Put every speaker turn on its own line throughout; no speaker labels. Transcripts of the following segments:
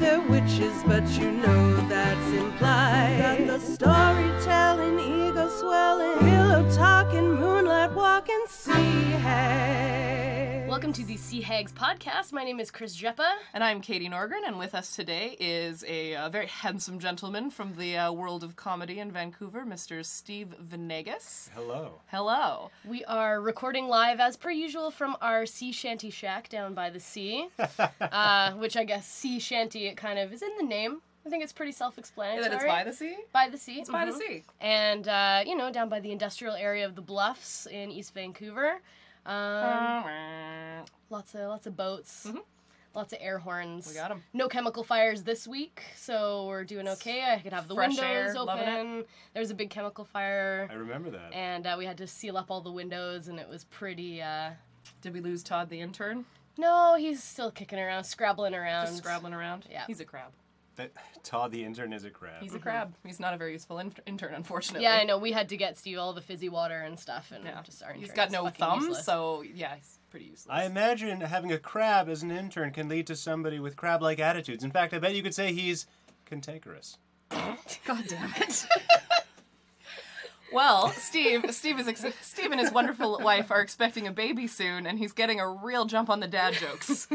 they're witches, but you know that's implied. Got the storytelling, ego swelling, pillow talking, moonlight walking, sea hag.
Welcome to the Sea Hags podcast. My name is Chris Jeppa.
And I'm Katie Norgren, and with us today is a uh, very handsome gentleman from the uh, world of comedy in Vancouver, Mr. Steve Venegas.
Hello.
Hello.
We are recording live as per usual from our sea shanty shack down by the sea, uh, which I guess sea shanty it kind of is in the name. I think it's pretty self-explanatory.
That it's by the sea? Mm-hmm.
By the sea. Mm-hmm.
It's by the sea.
And uh, you know, down by the industrial area of the Bluffs in East Vancouver.
Uh,
Um, lots of lots of boats. Lots of air horns.
mm-hmm. We got 'em.
No chemical fires this week, so we're doing okay. I could have the
Fresh air,
windows
loving it.
open. There was a big chemical fire,
I remember that.
and uh, we had to seal up all the windows, and it was pretty. Uh,
Did we lose Todd the intern?
no, he's still kicking around, scrabbling around.
Just scrabbling around?
Yeah.
He's a crab. Mm-hmm.
that Todd the intern is a crab.
He's a crab. He's not a very useful in- intern, unfortunately.
Yeah, I know. We had to get Steve all the fizzy water and stuff, and
Yeah.
just our
He's
intern
got
is
no
fucking
thumbs,
useless.
so yeah, he's pretty useless.
I imagine having a crab as an intern can lead to somebody with crab like attitudes. In fact, I bet you could say he's cantankerous.
God damn it. Well, Steve, Steve is ex- Steve and his wonderful wife are expecting a baby soon, and he's getting a real jump on the dad jokes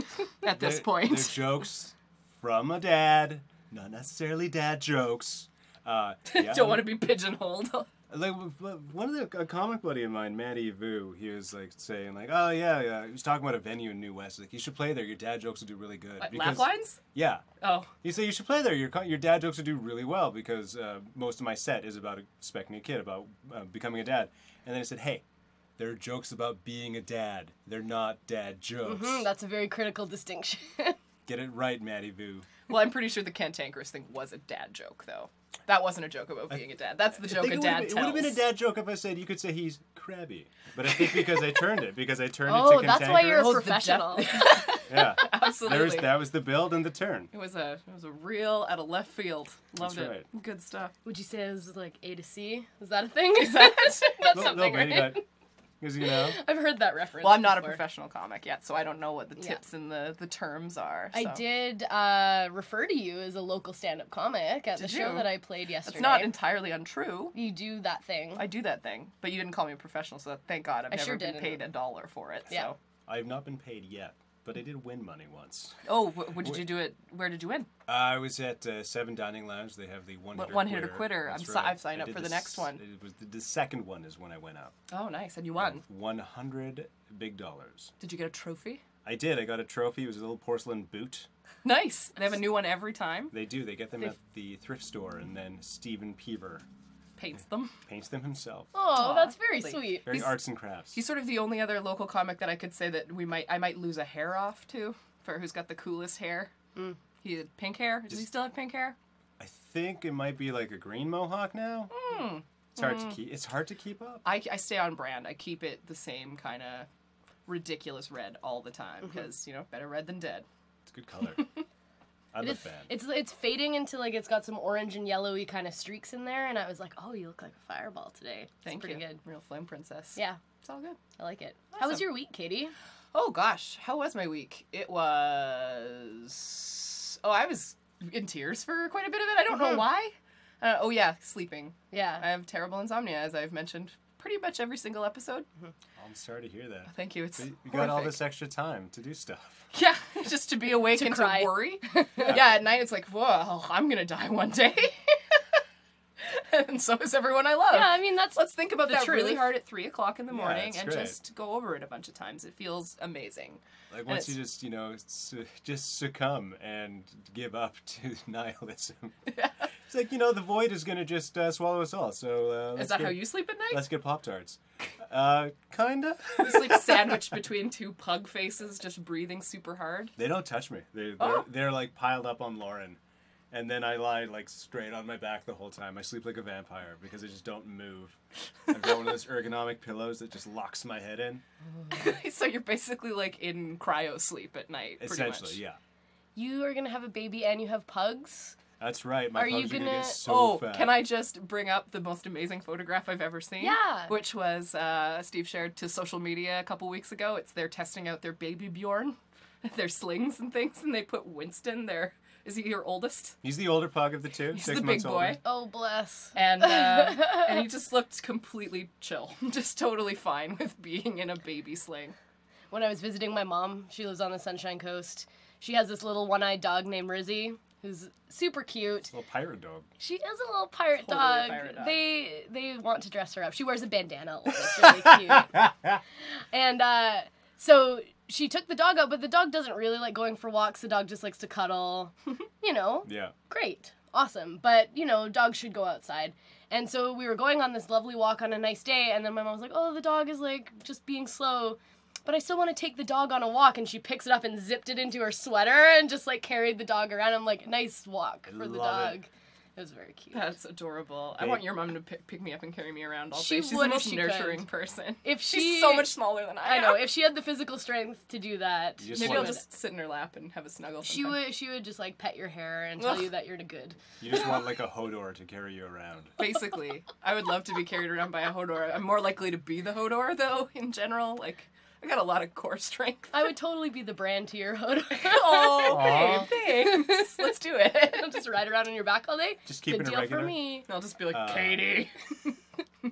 at this
They're- They're
point.
jokes from a dad, not necessarily dad jokes. Uh, yeah,
Don't want to be pigeonholed.
like w- w- one of the a comic buddy of mine, Matty Vu, he was like saying like, oh yeah, yeah. He was talking about a venue in New West. Like you should play there. Your dad jokes will do really good.
Laugh lines?
Yeah.
Oh,
He said you should play there. Your co- your dad jokes would do really well because uh, most of my set is about expecting a kid, about uh, becoming a dad. And then he said, hey, there are jokes about being a dad. They're not dad jokes.
Mm, that's a very critical distinction.
Get it right, Matty Vu.
well, I'm pretty sure the cantankerous thing was a dad joke, though. That wasn't a joke about being a dad. That's the joke
think
a
it
dad
would've been- It
tells.
would have been a dad joke if I said you could say he's crabby, but I think because I turned it because I turned
oh,
it to
that's why you're a
cantankerous.
professional.
yeah. There was,
Absolutely.
that was the build and the turn.
It was a it was a real out of left field. Loved
That's
it. Good stuff.
Would you say it was like A to C? Is that a thing? Is
well,
that that's
Little-
something,
little bit, you
right?
got- 'cause, you know,
I've heard that reference.
I'm not a
before.
professional comic yet, so I don't know what the
Yeah.
tips and the the terms are.
I
so.
did uh, refer to you as a local stand-up comic at
Did
the show
you?
that I played yesterday.
It's not entirely untrue.
you do that thing.
I do that thing, but you didn't call me a professional, so thank God I've
I
never
sure
been
didn't.
paid a dollar for it.
Yeah.
So,
I've not been paid yet, but I did win money once.
oh, wh- what did you do it? Where did you win?
I was at uh, Seven Dining Lounge. They have the one hitter
one hitter quitter.
That's
I'm si- I've signed
I
up
did
for the
this-
next one.
It was the, the second one is when I went up.
Oh, nice, and you won.
One hundred big dollars.
Did you get a trophy?
I did. I got a trophy. It was a little porcelain boot.
Nice. They have a new one every time.
They do. They get them at the thrift store, and then Steven Peaver
Paints them.
paints them himself.
oh,
Aw,
that's very
really.
sweet.
Very
he's-
arts and crafts.
He's sort of the only other local comic that I could say that we might I might lose a hair off to for who's got the coolest hair. He had pink hair. Does he still have pink hair?
I think it might be like a green mohawk now.
Hmm.
It's hard to keep. It's hard to keep up.
I, I stay on brand. I keep it the same kind of ridiculous red all the time because you know better red than dead.
It's a good color. I'm a
It's,
fan.
it's it's fading into like it's got some orange and yellowy kind of streaks in there, and I was like, oh, you look like a fireball today. It's
Thank
pretty
you.
good.
Real flame princess.
Yeah,
it's all good.
I like it. How was
Awesome.
your week, Katie?
Oh gosh, how was my week? It was. Oh, I was in tears for quite a bit of it. I don't know why. Uh, oh yeah, sleeping.
Yeah.
I have terrible insomnia, as I've mentioned pretty much every single episode.
I'm sorry to hear that.
Thank you. It's
You got all
horrific.
this extra time to do stuff.
Yeah, just to be awake
To
and
cry.
to worry. yeah, at night it's like, whoa, I'm gonna die one day. and so is everyone I love.
yeah, I mean that's
Let's think about
The
that really
truth.
hard at three o'clock in the
Yeah,
morning
it's
and
great.
just go over it a bunch of times. It feels amazing.
Like once you
it's-
just you know su- just succumb and give up to nihilism, it's like you know the void is gonna just uh, swallow us all. So uh, let's
is that
get,
how you sleep at night?
Let's get pop tarts. Uh, kinda.
You sleep sandwiched between two pug faces, just breathing super hard.
they don't touch me. They they're,
Oh.
they're like piled up on Lauren, and then I lie like straight on my back the whole time. I sleep like a vampire because I just don't move. I've got one of those ergonomic pillows that just locks my head in.
so you're basically like in cryo sleep at night, pretty
Essentially,
much.
yeah.
you are gonna have a baby and you have pugs.
That's right. My
Are you
pugs are gonna
gonna-
get so
oh,
fat.
can I just bring up the most amazing photograph I've ever seen?
Yeah.
Which was uh, Steve shared to social media a couple weeks ago. It's they're testing out their baby Bjorn, their slings and things, and they put Winston, their Is he your oldest?
He's the older pug of the two,
He's
six
the big
months
boy.
older.
Oh, bless.
And uh, and he just looked completely chill, just totally fine with being in a baby sling.
When I was visiting my mom, she lives on the Sunshine Coast. She has this little one-eyed dog named Rizzy, who's super cute.
Little pirate dog.
She is a little pirate,
Totally a
dog.
pirate dog.
They they want to dress her up. She wears a bandana. all day. It's really cute. and uh, so she took the dog out, but the dog doesn't really like going for walks. The dog just likes to cuddle. you know,
Yeah.
great, awesome. But you know, dogs should go outside. And so we were going on this lovely walk on a nice day, and then my mom was like, "Oh, the dog is like just being slow." But I still want to take the dog on a walk, and she picks it up and zipped it into her sweater and just like carried the dog around. I'm like, nice walk for the
Love
dog.
it.
It. was very cute.
That's adorable. I
Hey.
want your mom to pick, pick me up and carry me around all day.
She
She's the
would if
most
she
nurturing
could.
person.
If she,
She's so much smaller than I
I
am.
know if she had the physical strength to do that,
You just
she
Maybe
want
I'll
would.
it.
just sit in her lap and have a snuggle.
she
sometime.
would. She would just like pet your hair and tell
Ugh.
you that you're good.
You just want like a Hodor to carry you around.
Basically, I would love to be carried around by a Hodor. I'm more likely to be the Hodor though. In general, like I got a lot of core strength.
I would totally be the brand to your hood.
Oh,
Aw.
babe, thanks. Let's do it.
I'll just ride around on your back all day.
Just keeping
Good
it
deal for
regular.
me.
And I'll just be like,
Uh,
Katie.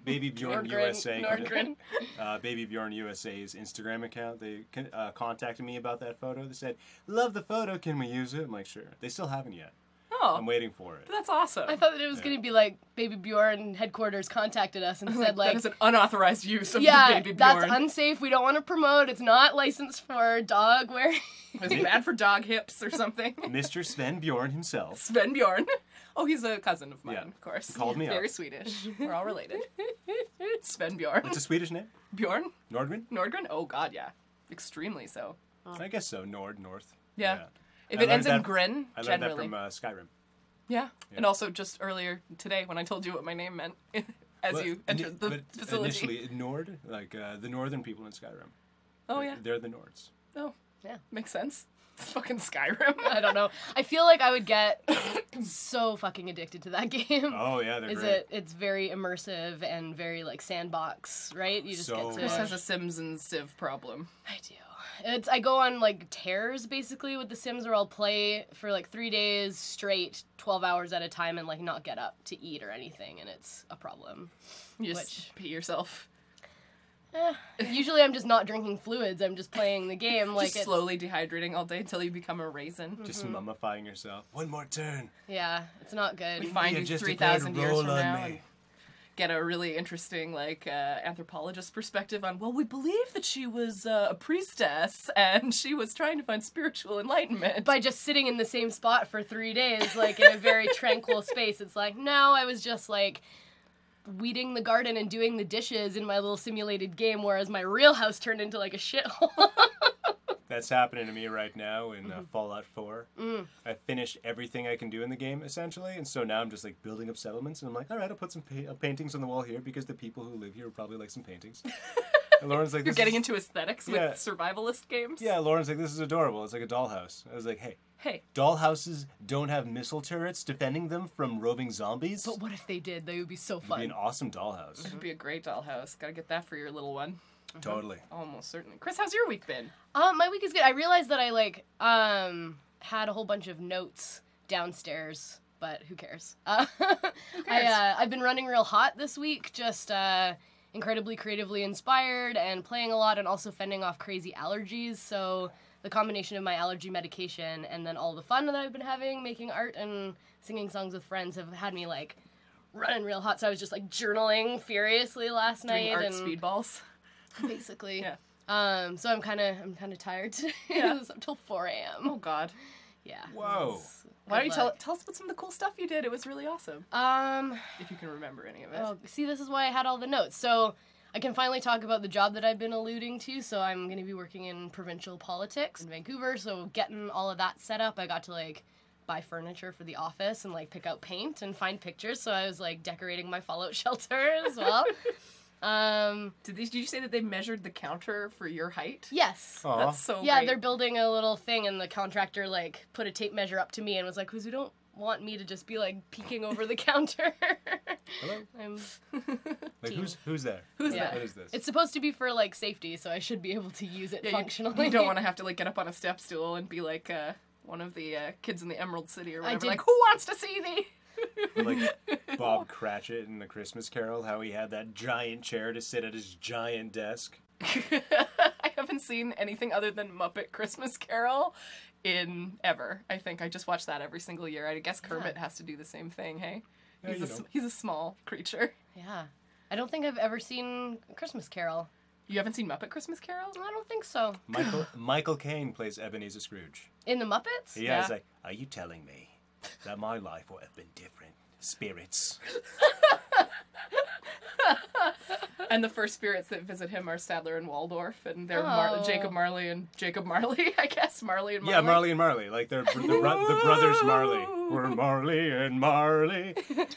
Baby Bjorn
Nordgren-
USA.
Nordgren.
uh, Baby Bjorn USA's Instagram account. They con- uh, contacted me about that photo. They said, "Love the photo. Can we use it?" I'm like, "Sure." They still haven't yet.
Oh,
I'm waiting for it.
that's awesome.
I thought that it was
Yeah.
gonna be like Baby Bjorn headquarters contacted us and said
that
like.
is an unauthorized use of
Yeah,
the baby
that's
Bjorn.
unsafe. We don't want to promote. It's not licensed for dog wearing.
Is it bad for dog hips or something?
Mr. Sven Bjorn himself.
Sven Bjorn. Oh, he's a cousin of mine,
Yeah.
of course.
He called me
Very
up.
Swedish. We're all related. Sven Bjorn.
It's a Swedish name.
Bjorn?
Nordgren.
Nordgren? Oh, God, yeah. Extremely so.
I guess so. Nord, North.
Yeah. If it
I learned
ends in
that-
grin,
I learned
generally.
that from uh, Skyrim.
yeah. And also just earlier today when I told you what my name meant as
But
you
ini-
entered the
but
facility.
Initially, Nord, like uh, the northern people in Skyrim.
oh, yeah.
They're the Nords.
Oh,
Yeah. Uh,
Makes sense. It's fucking Skyrim.
I don't know. I feel like I would get so fucking addicted to that game.
Oh yeah, they're
is
great.
it it's very immersive and very like sandbox right you just
So
get to
much.
Chris has a Sims and Civ problem.
i do it's i go on like tears basically with the sims where i'll play for like three days straight 12 hours at a time and like not get up to eat or anything and it's a problem
You just pee yourself.
Eh, usually i'm just not drinking fluids i'm just playing the game like
just
it's Mm.
slowly dehydrating all day until you become a raisin.
Just mummifying yourself. One more turn.
yeah it's not good
Find
Yeah,
you
just a
three
third
thousand years
roll
from
on
now.
me.
and Get a really interesting like uh, anthropologist perspective on. Well, we believe that she was uh, a priestess and she was trying to find spiritual enlightenment.
by just sitting in the same spot for three days, like in a very tranquil space. It's like, no, I was just like weeding the garden and doing the dishes in my little simulated game, whereas my real house turned into like a shithole.
That's happening to me right now in
Mm-hmm.
uh, Fallout 4.
Mm.
I finished everything I can do in the game essentially, and so now I'm just like building up settlements. And I'm like, all right, I'll put some pa- uh, paintings on the wall here because the people who live here would probably like some paintings. and Lauren's like,
You're
this
getting
is-
into aesthetics
Yeah.
with survivalist games.
Yeah, Lauren's like, this is adorable. It's like a dollhouse. I was like, hey,
Hey,
dollhouses don't have missile turrets defending them from roving zombies.
but what if they did? They would be so
It'd be
fun.
an awesome dollhouse.
it'd be a great dollhouse. Gotta get that for your little one.
totally.
Almost certainly. Chris, how's your week been?
Uh, my week is good. I realized that I like um had a whole bunch of notes downstairs, but who cares? Uh, I
cares?
uh, I've been running real hot this week, just uh, incredibly creatively inspired and playing a lot, and also fending off crazy allergies. So the combination of my allergy medication and then all the fun that I've been having, making art and singing songs with friends, have had me like running real hot. So I was just like journaling furiously last
Doing
night
art
and
speedballs.
basically.
Yeah.
Um, so I'm kind of I'm kind of tired today. it was up till 4 a.m.
Oh God.
Yeah. it
Whoa.
was-
Why don't
good
you tell
luck.
tell us about some of the cool stuff you did? It was really awesome.
Um.
If you can remember any of it.
Oh, see, this is why I had all the notes. So I can finally talk about the job that I've been alluding to. So I'm going to be working in provincial politics in Vancouver. So getting all of that set up, I got to like buy furniture for the office and like pick out paint and find pictures. So I was like decorating my fallout shelter as well. um.
Did, these, did you say that they measured the counter for your height?
Yes.
Aw.
That's so
yeah,
great.
they're building a little thing, and the contractor like put a tape measure up to me and was like, "Cause you don't want me to just be like peeking over the counter."
Hello?
I'm,
Like, who's, who's there?
Who's
Yeah.
What is this?
it's supposed to be for like safety, so I should be able to use it
Yeah, you-
functionally.
You, don't want to have to like get up on a step stool and be like uh, one of the uh, kids in the Emerald City or whatever.
did-
Like, who wants to see thee?
Like Bob Cratchit in The Christmas Carol, how he had that giant chair to sit at his giant desk.
I haven't seen anything other than Muppet Christmas Carol in ever. I think I just watch that every single year. I guess Kermit has to do the same thing. Hey,
Yeah,
he's
you
a s-
know.
he's a small creature.
Yeah. I don't think I've ever seen Christmas Carol.
You haven't seen Muppet Christmas Carol?
I don't think so.
Michael Michael Caine plays Ebenezer Scrooge.
In the Muppets?
He
Yeah.
has like, are you telling me that my life would have been different? Spirits.
And the first spirits that visit him are Sadler and Waldorf, and they're Mar-
Oh.
Jacob Marley and Jacob Marley. I guess Marley and Marley.
Yeah, Marley and Marley. Like they're br- the, bro- the brothers Marley. We're Marley and Marley.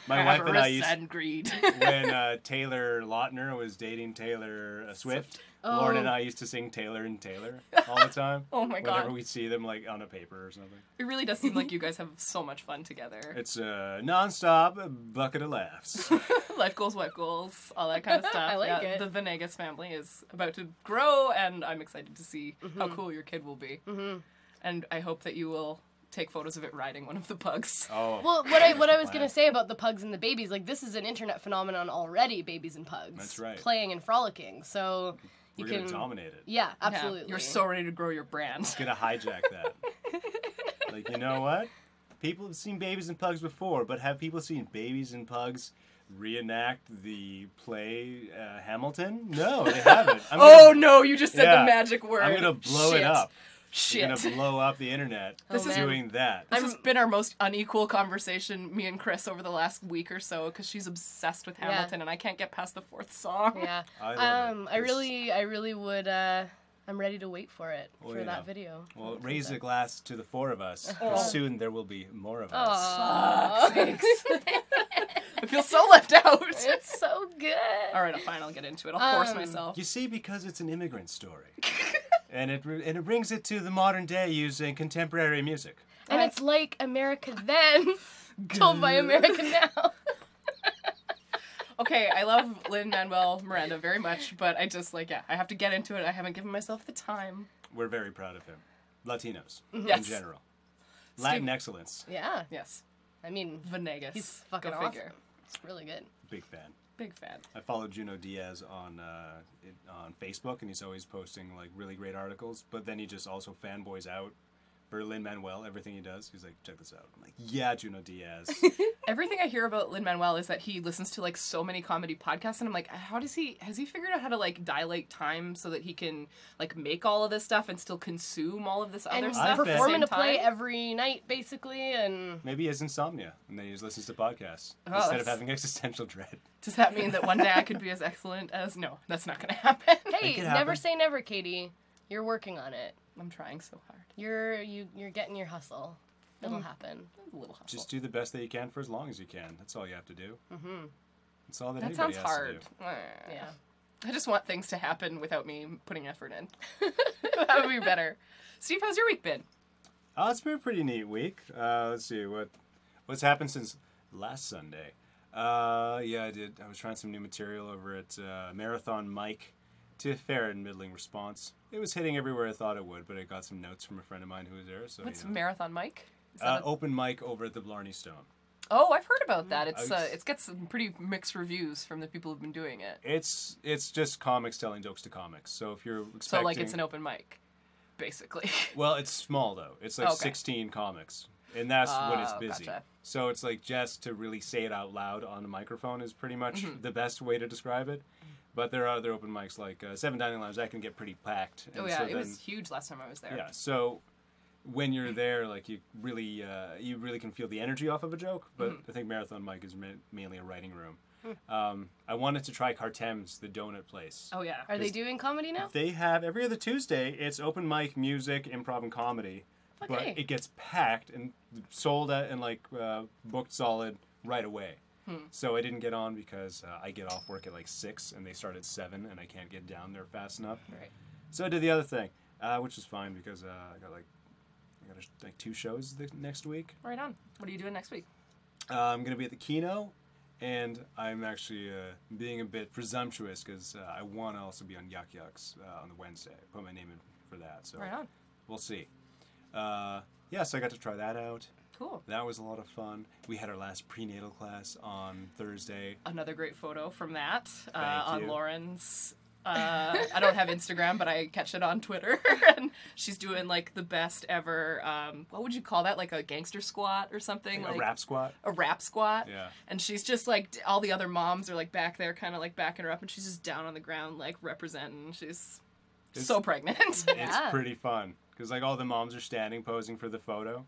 My wife and I
Avarice
used
and greed.
when uh, Taylor Lautner was dating Taylor uh, Swift. Lauren and I used to sing Taylor and Taylor all the time.
Oh my God.
Whenever we'd see them like on a paper or something,
it really does seem like you guys have so much fun together.
it's a nonstop bucket of laughs.
Life goals, wife goals, all that kind of stuff.
I like
yeah,
it.
The Venegas family is about to grow, and I'm excited to see how
Mm-hmm.
cool your kid will be. And I hope that you will take photos of it riding one of the pugs.
Oh,
Well, what I what I was
Wow.
gonna say about the pugs and the babies, like this is an internet phenomenon already. Babies and pugs.
That's right.
Playing and frolicking. So
we're
you
gonna
can
dominate it.
Yeah,
Yeah,
absolutely.
you're so ready to grow your brand.
Gonna hijack that. like you know what? People have seen babies and pugs before, but have people seen babies and pugs? Reenact the play uh, Hamilton? No, they haven't. I'm
Oh no, you just said
Yeah.
the magic word.
I'm gonna blow
Shit.
it up.
Shit.
I'm gonna blow up the internet.
This is-
doing that.
This has been our most unequal conversation, me and Chris, over the last week or so, because she's obsessed with
Yeah.
Hamilton, and I can't get past the fourth song.
Yeah.
I love
um,
it.
I
It's-
really, I really would. uh I'm ready to wait for it
Oh,
for
yeah.
that video.
Well, raise a glass to the four of us, 'cause
Oh.
soon there will be more of us.
Aw.
I feel so left out.
it's so good.
All right, I'll fine. I'll get into it. I'll force
Um,
myself.
You see, because it's an immigrant story, and it re- and it brings it to the modern day using contemporary music.
And it's like America then, told by America now.
Okay, I love Lynn Manuel Miranda very much, but I just like yeah, I have to get into it. I haven't given myself the time.
We're very proud of him. Latinos in
Yes.
general, Latin excellence,
yeah.
Yes,
I mean,
Venegas.
he's fucking
Go
awesome.
figure.
It's really good.
big fan.
Big fan.
I follow Juno Diaz on uh, it, on Facebook, and he's always posting like really great articles. But then he just also fanboys out for Lin Manuel. Everything he does, he's like, check this out. I'm like, yeah, Juno Diaz.
Everything I hear about Lin Manuel is that he listens to like so many comedy podcasts, and I'm like, how does he? Has he figured out how to like dilate time so that he can like make all of this stuff and still consume all of this other
And
stuff? at the
perform in
same
a play
time?
every night, basically, and
Maybe he has insomnia, and then he just listens to podcasts
Oh,
instead
that's-
of having existential dread.
Does that mean that one day I could be as excellent as? No, that's not gonna happen.
hey,
could
never
happen.
say never, Katie. You're working on it.
I'm trying so hard.
You're you you're getting your hustle. It'll happen.
A little hustle.
Just do the best that you can for as long as you can. That's all you have to do. Mm-hmm. That's all that,
that
anybody
sounds
has
hard.
to do.
Yeah.
I just want things to happen without me putting effort in. that would be better. Steve, how's your week been?
Oh, it's been a pretty neat week. Uh, let's see what what's happened since last Sunday. Uh, yeah, I did. I was trying some new material over at uh, Marathon Mike. To fair and middling response, it was hitting everywhere I thought it would, but I got some notes from a friend of mine who was there. So
What's
you know.
Marathon Mike? Is
uh,
that a-
open mic over at the Blarney Stone.
oh, I've heard about that. It's uh,
Oaks.
it's got some pretty mixed reviews from the people who've been doing it.
It's it's just comics telling jokes to comics. So if you're expecting,
So like it's an open mic, basically.
Well, it's small though. It's like
Okay.
16 comics, and that's when it's
Oh,
busy.
gotcha.
So it's like just to really say it out loud on a microphone is pretty much
Mm-hmm.
the best way to describe it. But there are other open mics like uh, Seven Dining Lounge that can get pretty packed.
oh
and
yeah,
so
it
then-
was huge last time I was there.
yeah. So when you're there, like you really, uh, you really can feel the energy off of a joke. But
Mm-hmm.
I think Marathon Mike is ma- mainly a writing room.
Hmm.
Um, I wanted to try Cartem's, the donut place.
Oh yeah.
Are they doing comedy now?
They have every other Tuesday. It's open mic, music, improv, and comedy.
Okay.
But it gets packed and sold out and like uh, booked solid right away. So I didn't get on because uh, I get off work at like six and they start at seven and I can't get down there fast enough.
Right.
So I did the other thing, uh, which was fine because uh, I got like I got like two shows the next week.
Right on. What are you doing next week?
Uh, I'm gonna be at the Kino, and I'm actually uh, being a bit presumptuous because uh, I want to also be on Yuck Yucks uh, on the Wednesday. Put my name in for that, so
Right on.
we'll see. Uh, yeah, so I got to try that out.
Cool.
That was a lot of fun. We had our last prenatal class on Thursday.
Another great photo from that uh,
Thank
on
you.
Lauren's. Uh, I don't have Instagram, but I catch it on Twitter, and she's doing like the best ever. Um, what would you call that? Like a gangster squat or something?
a
like,
rap squat.
a rap squat.
Yeah.
And she's just like d- all the other moms are like back there, kind of like backing her up, and she's just down on the ground, like representing. She's
It's-
so pregnant.
Yeah.
It's pretty fun because like all the moms are standing posing for the photo,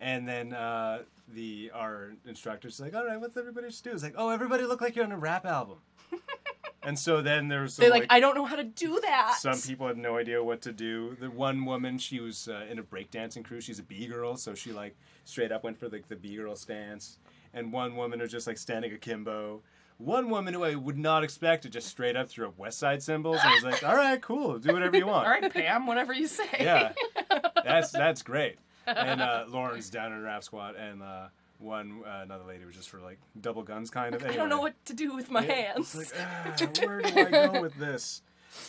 and then uh, the our instructor's like, "All right, what's everybody should do?" It's like, "Oh, everybody look like you're on a rap album." and so then there was some,
They're like, I don't know how to do that.
some people had no idea what to do. The one woman, she was uh, in a breakdancing crew. She's a B girl, so she like straight up went for like the B girl stance. And one woman was just like standing akimbo. One woman who I would not expect to just straight up threw up West Side symbols. And I was like, all right, cool, do whatever you want.
All right, Pam, whatever you say.
Yeah, that's that's great. And uh, Lauren's down in a rap squat, and uh, one uh, another lady was just for like double guns kind of.
I don't know
Anyway.
what to do with my
Yeah,
hands.
It's like, ah, where do I go with this?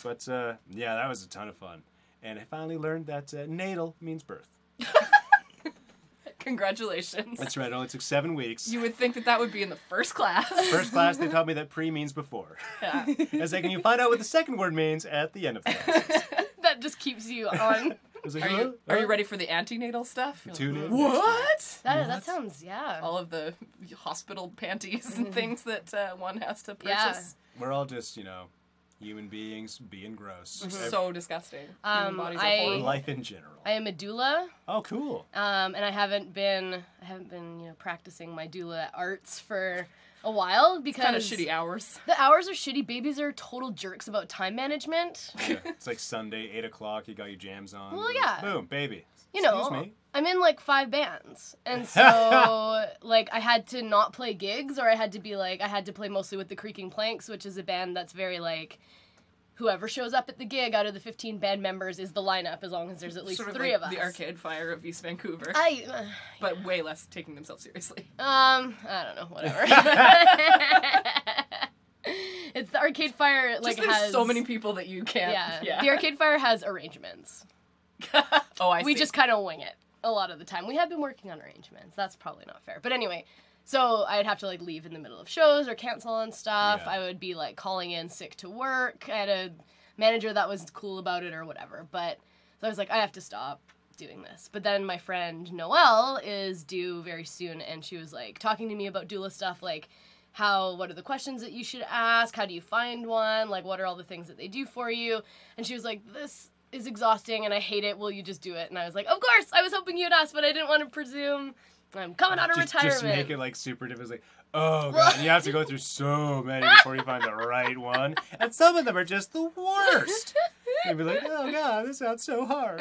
But uh, yeah, that was a ton of fun. And I finally learned that uh, natal means birth.
Congratulations.
That's right, it only took seven weeks.
You would think that that would be in the first class.
First class, they taught me that pre means before.
Yeah.
As like, and you find out what the second word means at the end of the class.
that just keeps you on.
I was like,
Are
huh?
you are you
Huh?
ready for the antenatal stuff? You're like,
Tune in.
what?
That, that sounds yeah.
All of the hospital panties and things that uh, one has to purchase.
Mm-hmm. Yeah.
We're all just, you know, human beings being gross. Every-
Mm-hmm. So disgusting.
Um,
Human bodies
I-
are
or
horrible.
life in general.
I am a doula,
Oh, cool.
um, and I haven't been I haven't been you know practicing my doula arts for a while because
kind of shitty hours.
The hours are shitty. Babies are total jerks about time management.
Yeah, It's like Sunday, 8 o'clock, you got your jams on.
Well, yeah.
Boom, baby.
You know,
Excuse me.
I'm in like five bands, and so like I had to not play gigs, or I had to be like I had to play mostly with the Creaking Planks, which is a band that's very like. Whoever shows up at the gig out of the 15 band members is the lineup, as long as there's at least
sort of
three
like
of us.
The Arcade Fire of East Vancouver,
I, uh,
but way less taking themselves seriously.
um, I don't know, whatever. it's the Arcade Fire. Like
Like Just there's
has
so many people that you can't.
Yeah,
Yeah.
the Arcade Fire has arrangements.
oh, I see.
we just kind of wing it a lot of the time. We have been working on arrangements. That's probably not fair. But anyway, so I'd have to like leave in the middle of shows or cancel on stuff.
Yeah.
I would be like calling in sick to work. I had a manager that was cool about it or whatever. But so I was like, I have to stop doing this. But then my friend Noelle is due very soon, and she was like talking to me about doula stuff, like. How, what are the questions that you should ask? How do you find one? Like, what are all the things that they do for you? And she was like, This is exhausting and I hate it. Will you just do it? And I was like, Of course. I was hoping you'd ask, but I didn't want to presume. I'm coming out of
just,
retirement.
just make it like super difficult. It's like, oh god, and you have to go through so many before you find the right one, and some of them are just the worst. You'd be like, oh god, this sounds so hard.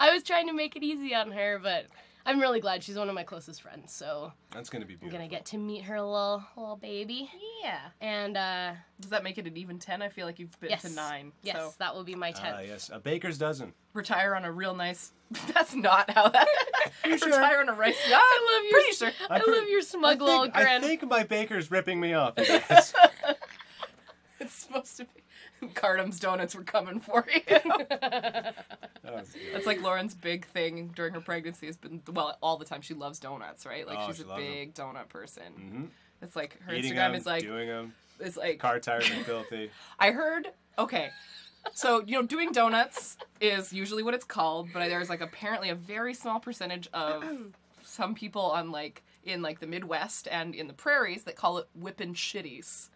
I was trying to make it easy on her, but I'm really glad she's one of my closest friends. So
That's gonna be
I'm
beautiful.
gonna get to meet her little little baby.
yeah.
And uh,
Does that make it an even ten? I feel like you've been
yes,
to nine.
Yes,
So
that will be my tenth.
Ah, yes, a baker's dozen.
retire on a real nice. That's not how that. retire on a rice. Yeah,
I love your
pretty sure.
I
I'm
love
pretty-
your smug
I
little
think, I
grin.
think my baker's ripping me off. you guys.
It's supposed to be. Cardam's donuts were coming for you.
That was good.
That's like Lauren's big thing during her pregnancy has been well all the time. She loves donuts, right? Like
Oh,
she's
she
a
loves 'em.
big donut person.
Mhm.
It's like her
Eating
Instagram
them,
is like
doing them.
is like
Car tires are filthy.
I heard okay. So, you know, doing donuts is usually what it's called, but there's like apparently a very small percentage of some people on like in like the Midwest and in the prairies that call it whippin' shitties.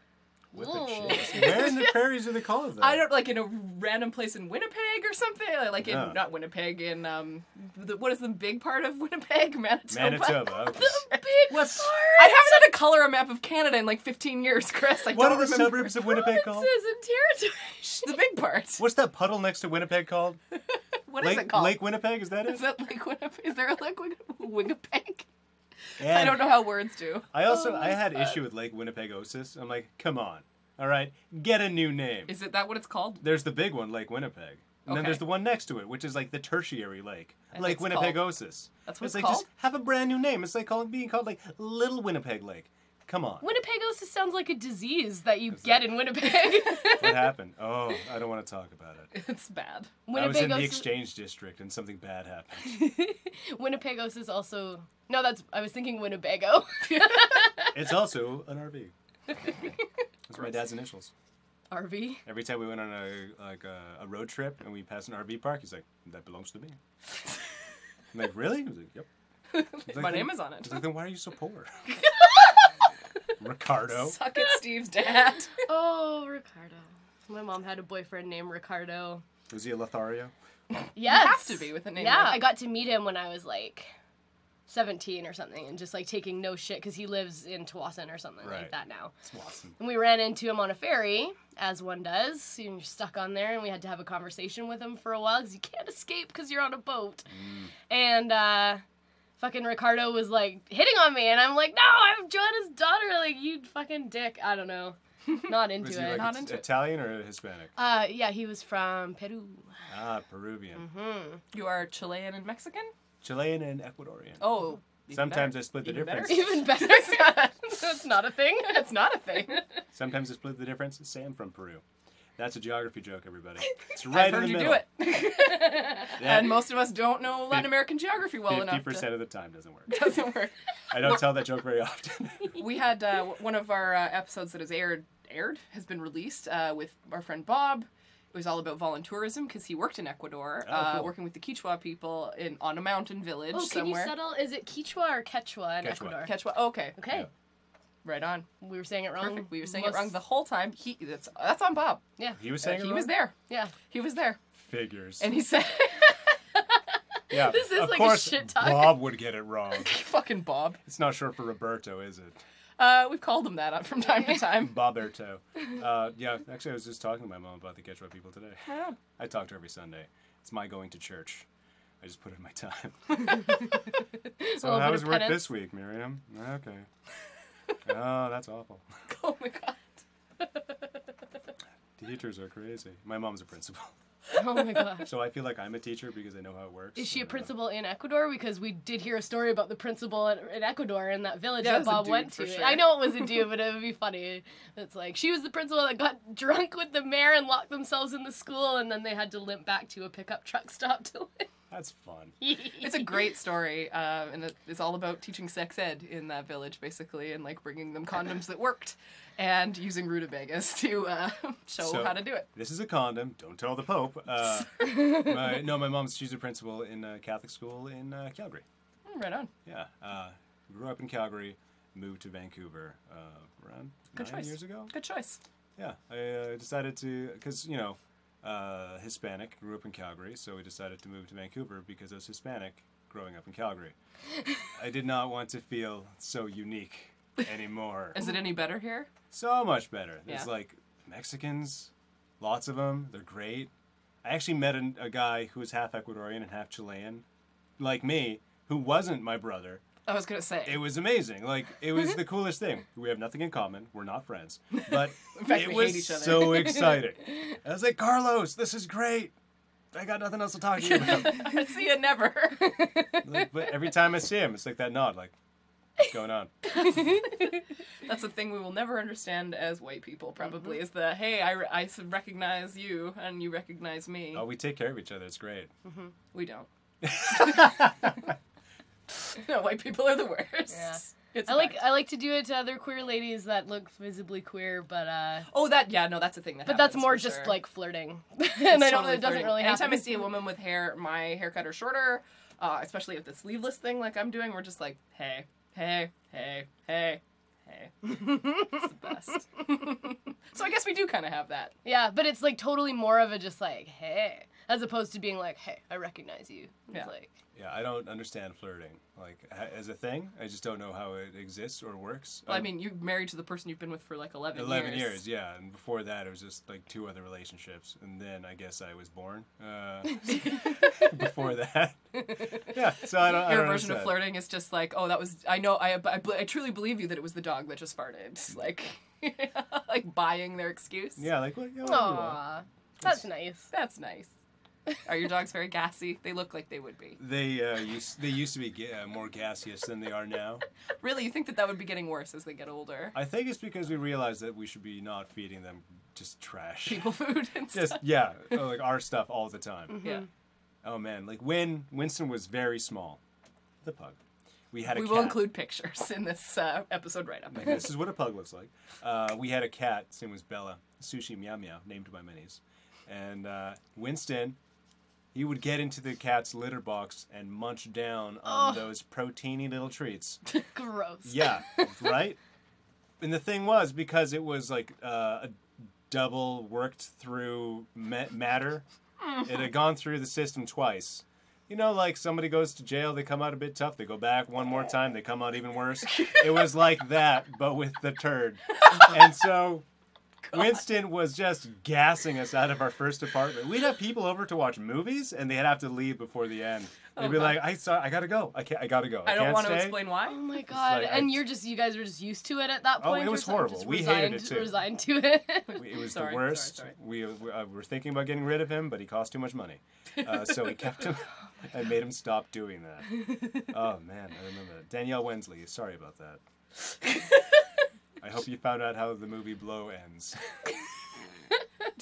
With
Ooh.
the cheese. Where in the prairies do they call it that?
I don't like in a random place in Winnipeg or something. Like in
Yeah.
not Winnipeg in um the, what is the big part of Winnipeg, Manitoba.
Manitoba. okay.
Big
What's-
fart.
I haven't had to color a map of Canada in like 15 years, Chris. I
What
don't
are the
remember
suburbs of Winnipeg called?
Provinces and territories.
the big part.
What's that puddle next to Winnipeg called?
What is
Lake,
it called?
Lake Winnipeg, is that it?
Is that Lake Winnipeg? Is there a Lake Win- Winnipeg?
And
I don't know Oh how words do.
I also I had issue with Lake Winnipegosis. I'm like, come on, all right, get a new name.
Is it that what it's called?
There's the big one, Lake Winnipeg, and then
Okay.
there's the one next to it, which is like the tertiary lake,
And
Lake
that's called-
Winnipegosis.
That's what it's
like.
called?
Just have a brand new name. It's like calling being called like Little Winnipeg Lake. Come on.
Winnipegosis sounds like a disease that you get in Winnipeg.
What happened? Oh, I don't want to talk about it.
It's bad.
I was in the
Winnipegosis,
exchange district and something bad happened.
Winnipegosis also. No, that's. I was thinking Winnebago.
It's also an RV. That's my dad's initials.
RV.
Every time we went on a like a, a road trip and we passed an RV park, he's like, "That belongs to me." I'm like, "Really?" He was like, "Yep." He's like,
My
"Then-
name is on it.
He's like, "Then why are you so poor?" Ricardo.
Suck it, Steve's dad.
Oh, Ricardo. My mom had a boyfriend named Ricardo.
Was he a Lothario?
Yes.
have to be with a name
Yeah,
like-
I got to meet him when I was like 17 or something and just like taking no shit because he lives in Tawasin or something
Right.
like that now.
Swanson.
And we ran into him on a ferry, as one does. You're stuck on there, and we had to have a conversation with him for a while because you can't escape because you're on a boat.
Mm.
And uh, fucking Ricardo was like hitting on me, and I'm like, no, I'm Joanna's daughter. Like, you fucking dick. I don't know. Not into
Was
it.
he like
Not
it-
into it.
Italian or Hispanic?
uh, yeah, he was from Peru.
Ah, Peruvian,
Mm. You are Chilean and Mexican?
Chilean, and Ecuadorian.
Oh. even
Sometimes
better.
I split the
Even better.
difference.
Even better. That's not a thing.
It's not a thing.
Sometimes I split the difference. Sam from Peru. That's a geography joke, everybody. It's right
I've heard
in
you
the middle.
do it.
That
and most of us don't know Latin American geography well enough.
Fifty
to-
percent of the time doesn't work.
doesn't work.
I don't tell that joke very often.
We had uh, w- one of our uh, episodes that has aired aired has been released uh, with our friend Bob. It was all about voluntourism because he worked in Ecuador,
Oh,
uh,
cool.
working with the Quechua people in on a mountain village
Oh, can
somewhere.
you settle? Is it Quechua or Quechua in
Quechua.
Ecuador?
Quechua. Okay,
Okay.
Yeah.
right on.
We were saying it wrong.
Perfect. We were saying
Most-
it wrong the whole time. He that's that's on Bob.
Yeah.
He was
Uh,
saying it
he
wrong?
was there.
Yeah.
He was there,
Figures.
and he said,
yeah,
This is
of
like a
course,
shit talk.
Bob would get it wrong.
"Fucking Bob."
It's not short for Roberto, is it?
Uh, we've called him that up from time to time.
Boberto. Uh, yeah, actually, I was just talking to my mom about the Quechua people today.
Oh.
I talk to her every Sunday. It's my going to church. I just put in my time. so
little
how
bit
was
of
work
penance.
this week, Miriam? Okay. oh, that's awful.
oh my god.
Teachers are crazy. My mom's a principal,
Oh my gosh.
so I feel like I'm a teacher because I know how it works.
Is she a
and, uh,
principal in Ecuador? Because we did hear a story about the principal in, in Ecuador in that village
Yeah, it
that
was a
Bob
dude,
went
for
to.
sure.
I know it was a dude, but it would be funny. It's like she was the principal that got drunk with the mayor and locked themselves in the school, and then they had to limp back to a pickup truck stop to.
That's fun.
It's a great story, uh, and it- it's all about teaching sex ed in that village, basically, and like bringing them condoms that worked, and using rutabagas to uh, show
So-
how to do it.
This is a condom. Don't tell the Pope. Uh, my, no, my mom's she's a principal in a Catholic school in uh, Calgary.
Mm, Right on.
Yeah, uh, grew up in Calgary, moved to Vancouver uh, around
Good
nine
choice.
years ago.
Good choice.
Yeah, I uh, decided to because you know uh, Hispanic, grew up in Calgary, so we decided to move to Vancouver because I was Hispanic growing up in Calgary. I did not want to feel so unique anymore.
Is it any better here?
so much better. There's
Yeah.
like Mexicans, lots of them. They're great. I actually met an, a guy who was half Ecuadorian and half Chilean, like me, who wasn't my brother.
I was gonna say.
It was amazing. Like it was the coolest thing. We have nothing in common. We're not friends, but
fact,
it
we
was
hate each other.
so exciting. I was like, Carlos, this is great. I got nothing else to talk to you about.
I see you never.
Like, but every time I see him, it's like that nod, like, what's going on?
That's the thing we will never understand as white people, probably,
Mm-hmm.
is the hey, I, re- I s- recognize you and you recognize me.
Oh, we take care of each other. It's great.
We don't. no, white people are the worst.
Yeah.
It's
I
a
like
fact.
I like to do it to other queer ladies that look visibly queer, but uh,
Oh, that yeah, no, that's a thing that.
but that's
happens
more
for
just
sure.
like flirting, and
It's
I don't.
totally
it doesn't
flirting.
really happen.
Anytime I see a woman with hair, my haircut or shorter, uh, especially if the sleeveless thing like I'm doing, we're just like, hey, hey, hey, hey, hey. it's the best. so I guess we do kind of have that.
Yeah, but it's like totally more of a just like, hey, as opposed to being like, hey, I recognize you. It's
Yeah.
like,
Yeah, I don't understand flirting. Like ha- as a thing, I just don't know how it exists or works.
Well, I
Um,
mean, you're married to the person you've been with for like 11,
11 years.
years.
yeah. And before that, it was just like two other relationships. And then I guess I was born uh, before that. Yeah, so I don't. I
Your
don't
version
understand.
of flirting is just like, oh, that was. I know. I I, bl- I truly believe you that it was the dog that just farted. It's Like, like buying their excuse.
Yeah, like, well, yeah, well, you are.
aw, that's nice.
that's nice. Are your dogs very gassy? They look like they would be.
They uh, used they used to be ga- uh, more gaseous than they are now.
Really, you think that that would be getting worse as they get older?
I think it's because we realized that we should be not feeding them just trash.
People Mm-hmm. food and stuff.
Just yeah, uh, like our stuff all the time.
Mm-hmm.
Yeah.
Oh man, like when Winston was very small, the pug. We had a
We
cat.
will include pictures in this uh, episode right up. I think.
this is what a pug looks like. Uh, we had a cat. His name was Bella. Sushi Meow Meow, named by my niece. And uh, Winston, he would get into the cat's litter box and munch down on
Oh.
those proteiny little treats.
Gross.
Yeah, right. And the thing was because it was like uh, a double worked through ma- matter. It had gone through the system twice. You know, like somebody goes to jail, they come out a bit tough, they go back one more time, they come out even worse. it was like that, but with the turd. And so Winston was just gassing us out of our first apartment. We'd have people over to watch movies, and they'd have to leave before the end. They'd be like, "I saw, I gotta go. I can't, I gotta go. I,
I don't
can't
want to
stay."
explain why.
Oh my god!
like, I-
and you're just you guys were just used to it at that
Oh,
point.
it
or
was
something,
horrible.
just
We hated
resigned-
it, too.
Resigned to it.
We- It was
Sorry,
the worst.
sorry, sorry.
We, we uh, were thinking about getting rid of him, but he cost too much money. Uh, so we kept him and made him stop doing that. oh, man, I remember that. Danielle Wensley, sorry about that. I hope you found out how the movie Blow ends.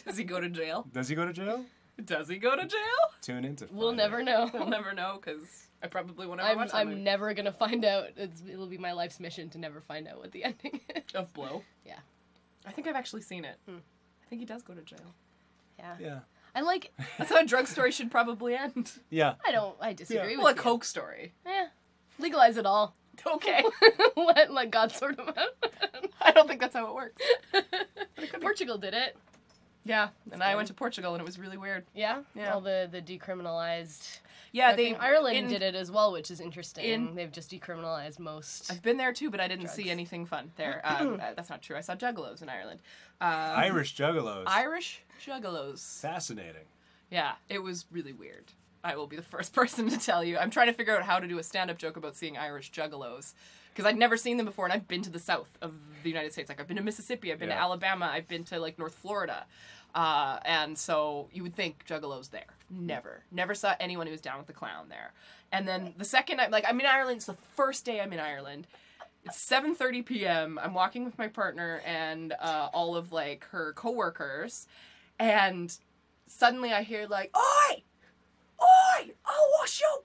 Does he go to jail?
Does he go to jail?
Does he go to jail?
Tune in to
we'll
find
never
out.
We'll
know.
never know because I probably won't ever
I'm
watch that
I'm
movie.
never gonna find out. It's, it'll be my life's mission to never find out what the ending is.
of blow.
Yeah. Hmm.
I think I've actually seen it. I think he does go to jail.
Yeah.
Yeah.
I like.
That's how a drug story should probably end.
Yeah.
I don't. I disagree
Well, a
with you.
coke story.
Yeah. Legalize it all.
Okay.
Let let God sort them out.
I don't think that's how it works.
Portugal did it.
Yeah. And I went to Portugal and it was really weird.
Yeah.
Yeah.
All the the decriminalized.
Yeah,
I
they
think Ireland
in-
did it as well, which is interesting.
in-
They've just decriminalized most.
I've been there too, but I didn't see
Drugs.
anything fun there. Um, uh, that's not true. I saw juggalos in Ireland. Um,
Irish Juggalos.
Irish juggalos.
Fascinating.
Yeah, it was really weird. I will be the first person to tell you. I'm trying to figure out how to do a stand-up joke about seeing Irish juggalos because I'd never seen them before, and I've been to the south of the United States. Like I've been to Mississippi, I've been to
Yeah.
Alabama, I've been to like North Florida, uh, and so you would think juggalos there. Never, never saw anyone who was down with the clown there. And then the second I'm like I'm in Ireland. It's the first day I'm in Ireland. It's 7:30 p.m. I'm walking with my partner and uh, all of like her coworkers, and suddenly I hear like, "Oi, oi, I'll wash your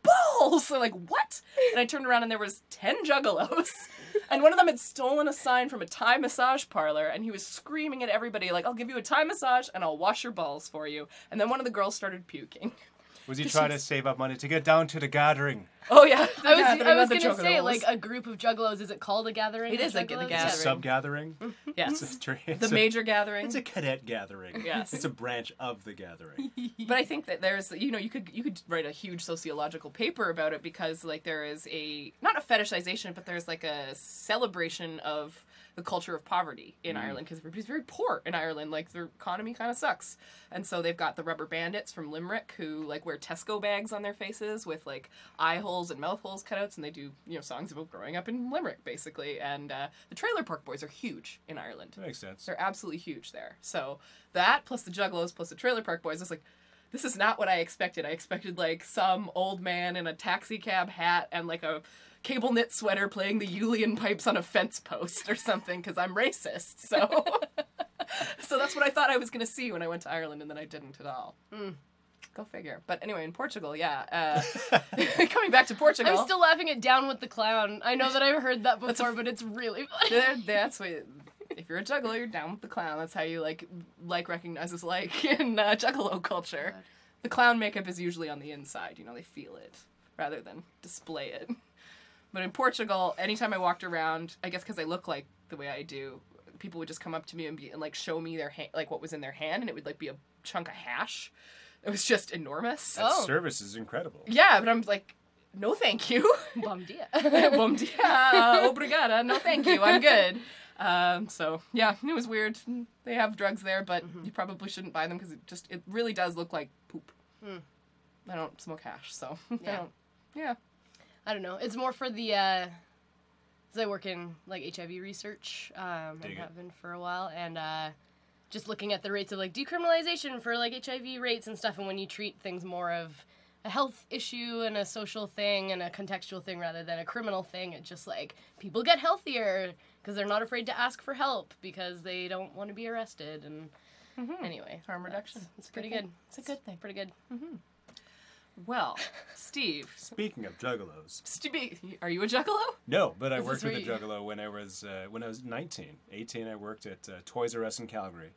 balls." I'm like, "What?" And I turned around and there was ten juggalos, and one of them had stolen a sign from a Thai massage parlor, and he was screaming at everybody like, "I'll give you a Thai massage and I'll wash your balls for you." And then one of the girls started puking.
Was he trying to save up money to get down to the gathering?
Oh yeah,
I was,
Yeah, they're
I was
not the
gonna say,
juggalos.
like, a group of juggalos, is it called a gathering?
It
of
is a g- the
juggalos?
It's a
gathering.
sub gathering?
yes,
It's a,
the major gathering.
It's a cadet gathering.
Yes.
It's a branch of the gathering.
but I think that there's you know you could you could write a huge sociological paper about it because like there is a not a fetishization but there's like a celebration of the culture of poverty in Ireland because everybody's very poor in Ireland like their economy kind of sucks and so they've got the rubber bandits from Limerick who like wear Tesco bags on their faces with like eye holes and mouth holes cut outs and they do you know songs about growing up in Limerick basically and uh, the Trailer Park Boys are huge in Ireland
That makes sense.
they're absolutely huge there. So that plus the Juggalos plus the Trailer Park Boys, I was like, this is not what I expected. I expected like some old man in a taxi cab hat and like a cable knit sweater playing the Yulian pipes on a fence post or something because I'm racist. So. So that's what I thought I was going to see when I went to Ireland, and then I didn't at all.
Mm.
Go figure. But anyway, in Portugal, yeah. Uh, coming back to Portugal.
I'm still laughing at Down with the Clown. I know that I've heard that before, but it's really funny.
There- that's what. If you're a juggler, you're down with the clown. That's how you like like recognizes like in uh, juggalo culture. The clown makeup is usually on the inside. You know, they feel it rather than display it. But in Portugal, anytime I walked around, I guess because I look like the way I do, people would just come up to me and be and like show me their ha- like what was in their hand, and it would like be a chunk of hash. It was just enormous.
That
Oh.
service is incredible.
Yeah, but I'm like, no, thank you.
Bum dia.
Bom dia, obrigada. No, thank you. I'm good. Um, so yeah, it was weird. They have drugs there, but you probably shouldn't buy them because it just it really does look like poop. I don't smoke hash, so I
Yeah.
don't. Hmm. Yeah.
I don't know. It's more for the, uh, 'cause I work in, like, HIV research, um, and
Dig it.
have been for a while, and, uh, just looking at the rates of like decriminalization for like HIV rates and stuff, and when you treat things more of a health issue and a social thing and a contextual thing rather than a criminal thing, it just like people get healthier because they're not afraid to ask for help because they don't want to be arrested. And anyway,
Mm-hmm. Harm reduction.
It's pretty
Good
good.
thing. It's a good thing.
Pretty good.
Well, Steve,
Speaking of juggalos,
Steve, are you a juggalo?
no, but I
Is this
worked with a
where you-
juggalo when I was uh, when I was 19, 18. I worked at uh, Toys R Us in Calgary,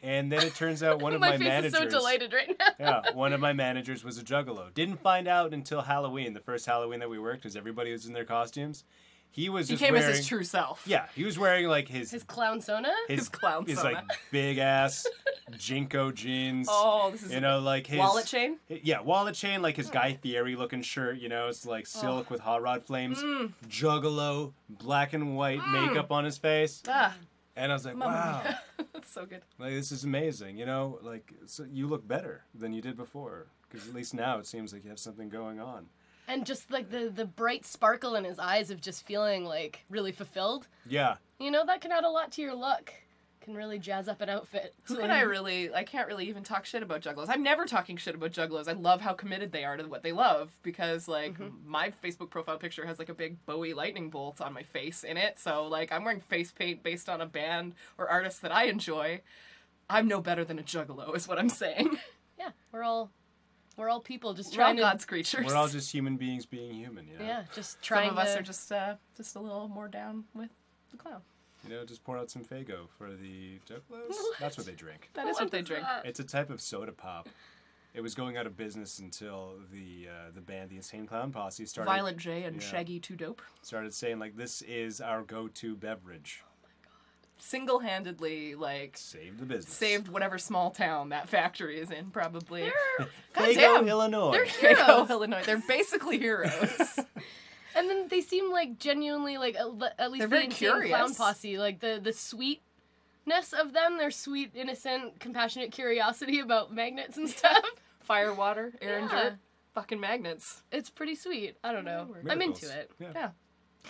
and then it turns out one of my,
My, face
managers.
is so delighted right now.
yeah, one of my managers was a juggalo. Didn't find out until Halloween, the first Halloween that we worked, because everybody was in their costumes. He was
He
just
came
wearing,
as his true self.
Yeah, he was wearing like his
His clown sona.
his clown
his
sona.
like big ass jinko jeans.
Oh, this is
you know, like his
wallet chain.
Yeah, wallet chain, like his Guy Fieri looking shirt. You know, it's like silk with hot rod flames. Juggalo, black and white makeup on his face,
Ah,
and I was like,
Mamma
wow,
mia. that's so good.
like this is amazing. You know, like so you look better than you did before because at least now it seems like you have something going on.
And just like the the bright sparkle in his eyes of just feeling like really fulfilled.
Yeah,
You know that can add a lot to your look. Can really jazz up an outfit.
Who can I really? I can't really even talk shit about juggalos. I'm never talking shit about juggalos. I love how committed they are to what they love because, like,
Mm-hmm.
my Facebook profile picture has like a big Bowie lightning bolt on my face in it. So, like, I'm wearing face paint based on a band or artist that I enjoy. I'm no better than a juggalo, is what I'm saying.
Yeah, we're all we're all people just
We're all
trying to
God's creatures.
we're all just human beings being human. You know,
Yeah, just
Some
trying
of us
to
are just uh, just a little more down with the clown.
you know, just pour out some Fago for the juggalos. That's what they drink.
That is
Oh,
what, they drink.
uh,
It's a type of soda pop. It was going out of business until the uh, the band, the Insane Clown Posse, started
Violent J and
yeah.
Shaggy Two Dope.
started saying like, "This is our go-to beverage."
Single-handedly, like
Saved the business.
saved whatever small town that factory is in, probably.
Fago,
Goddamn.
Illinois.
Chicago, Illinois. They're basically heroes.
And then they seem like genuinely like at le- at least
They're
the
very
insane clown
curious.
posse, like the the sweetness of them, their sweet, innocent, compassionate curiosity about magnets and stuff.
Fire, water, air, and
Yeah.
dirt. Fucking magnets.
It's pretty sweet. I don't know. I'm
Miracles.
into it.
Yeah.
Yeah.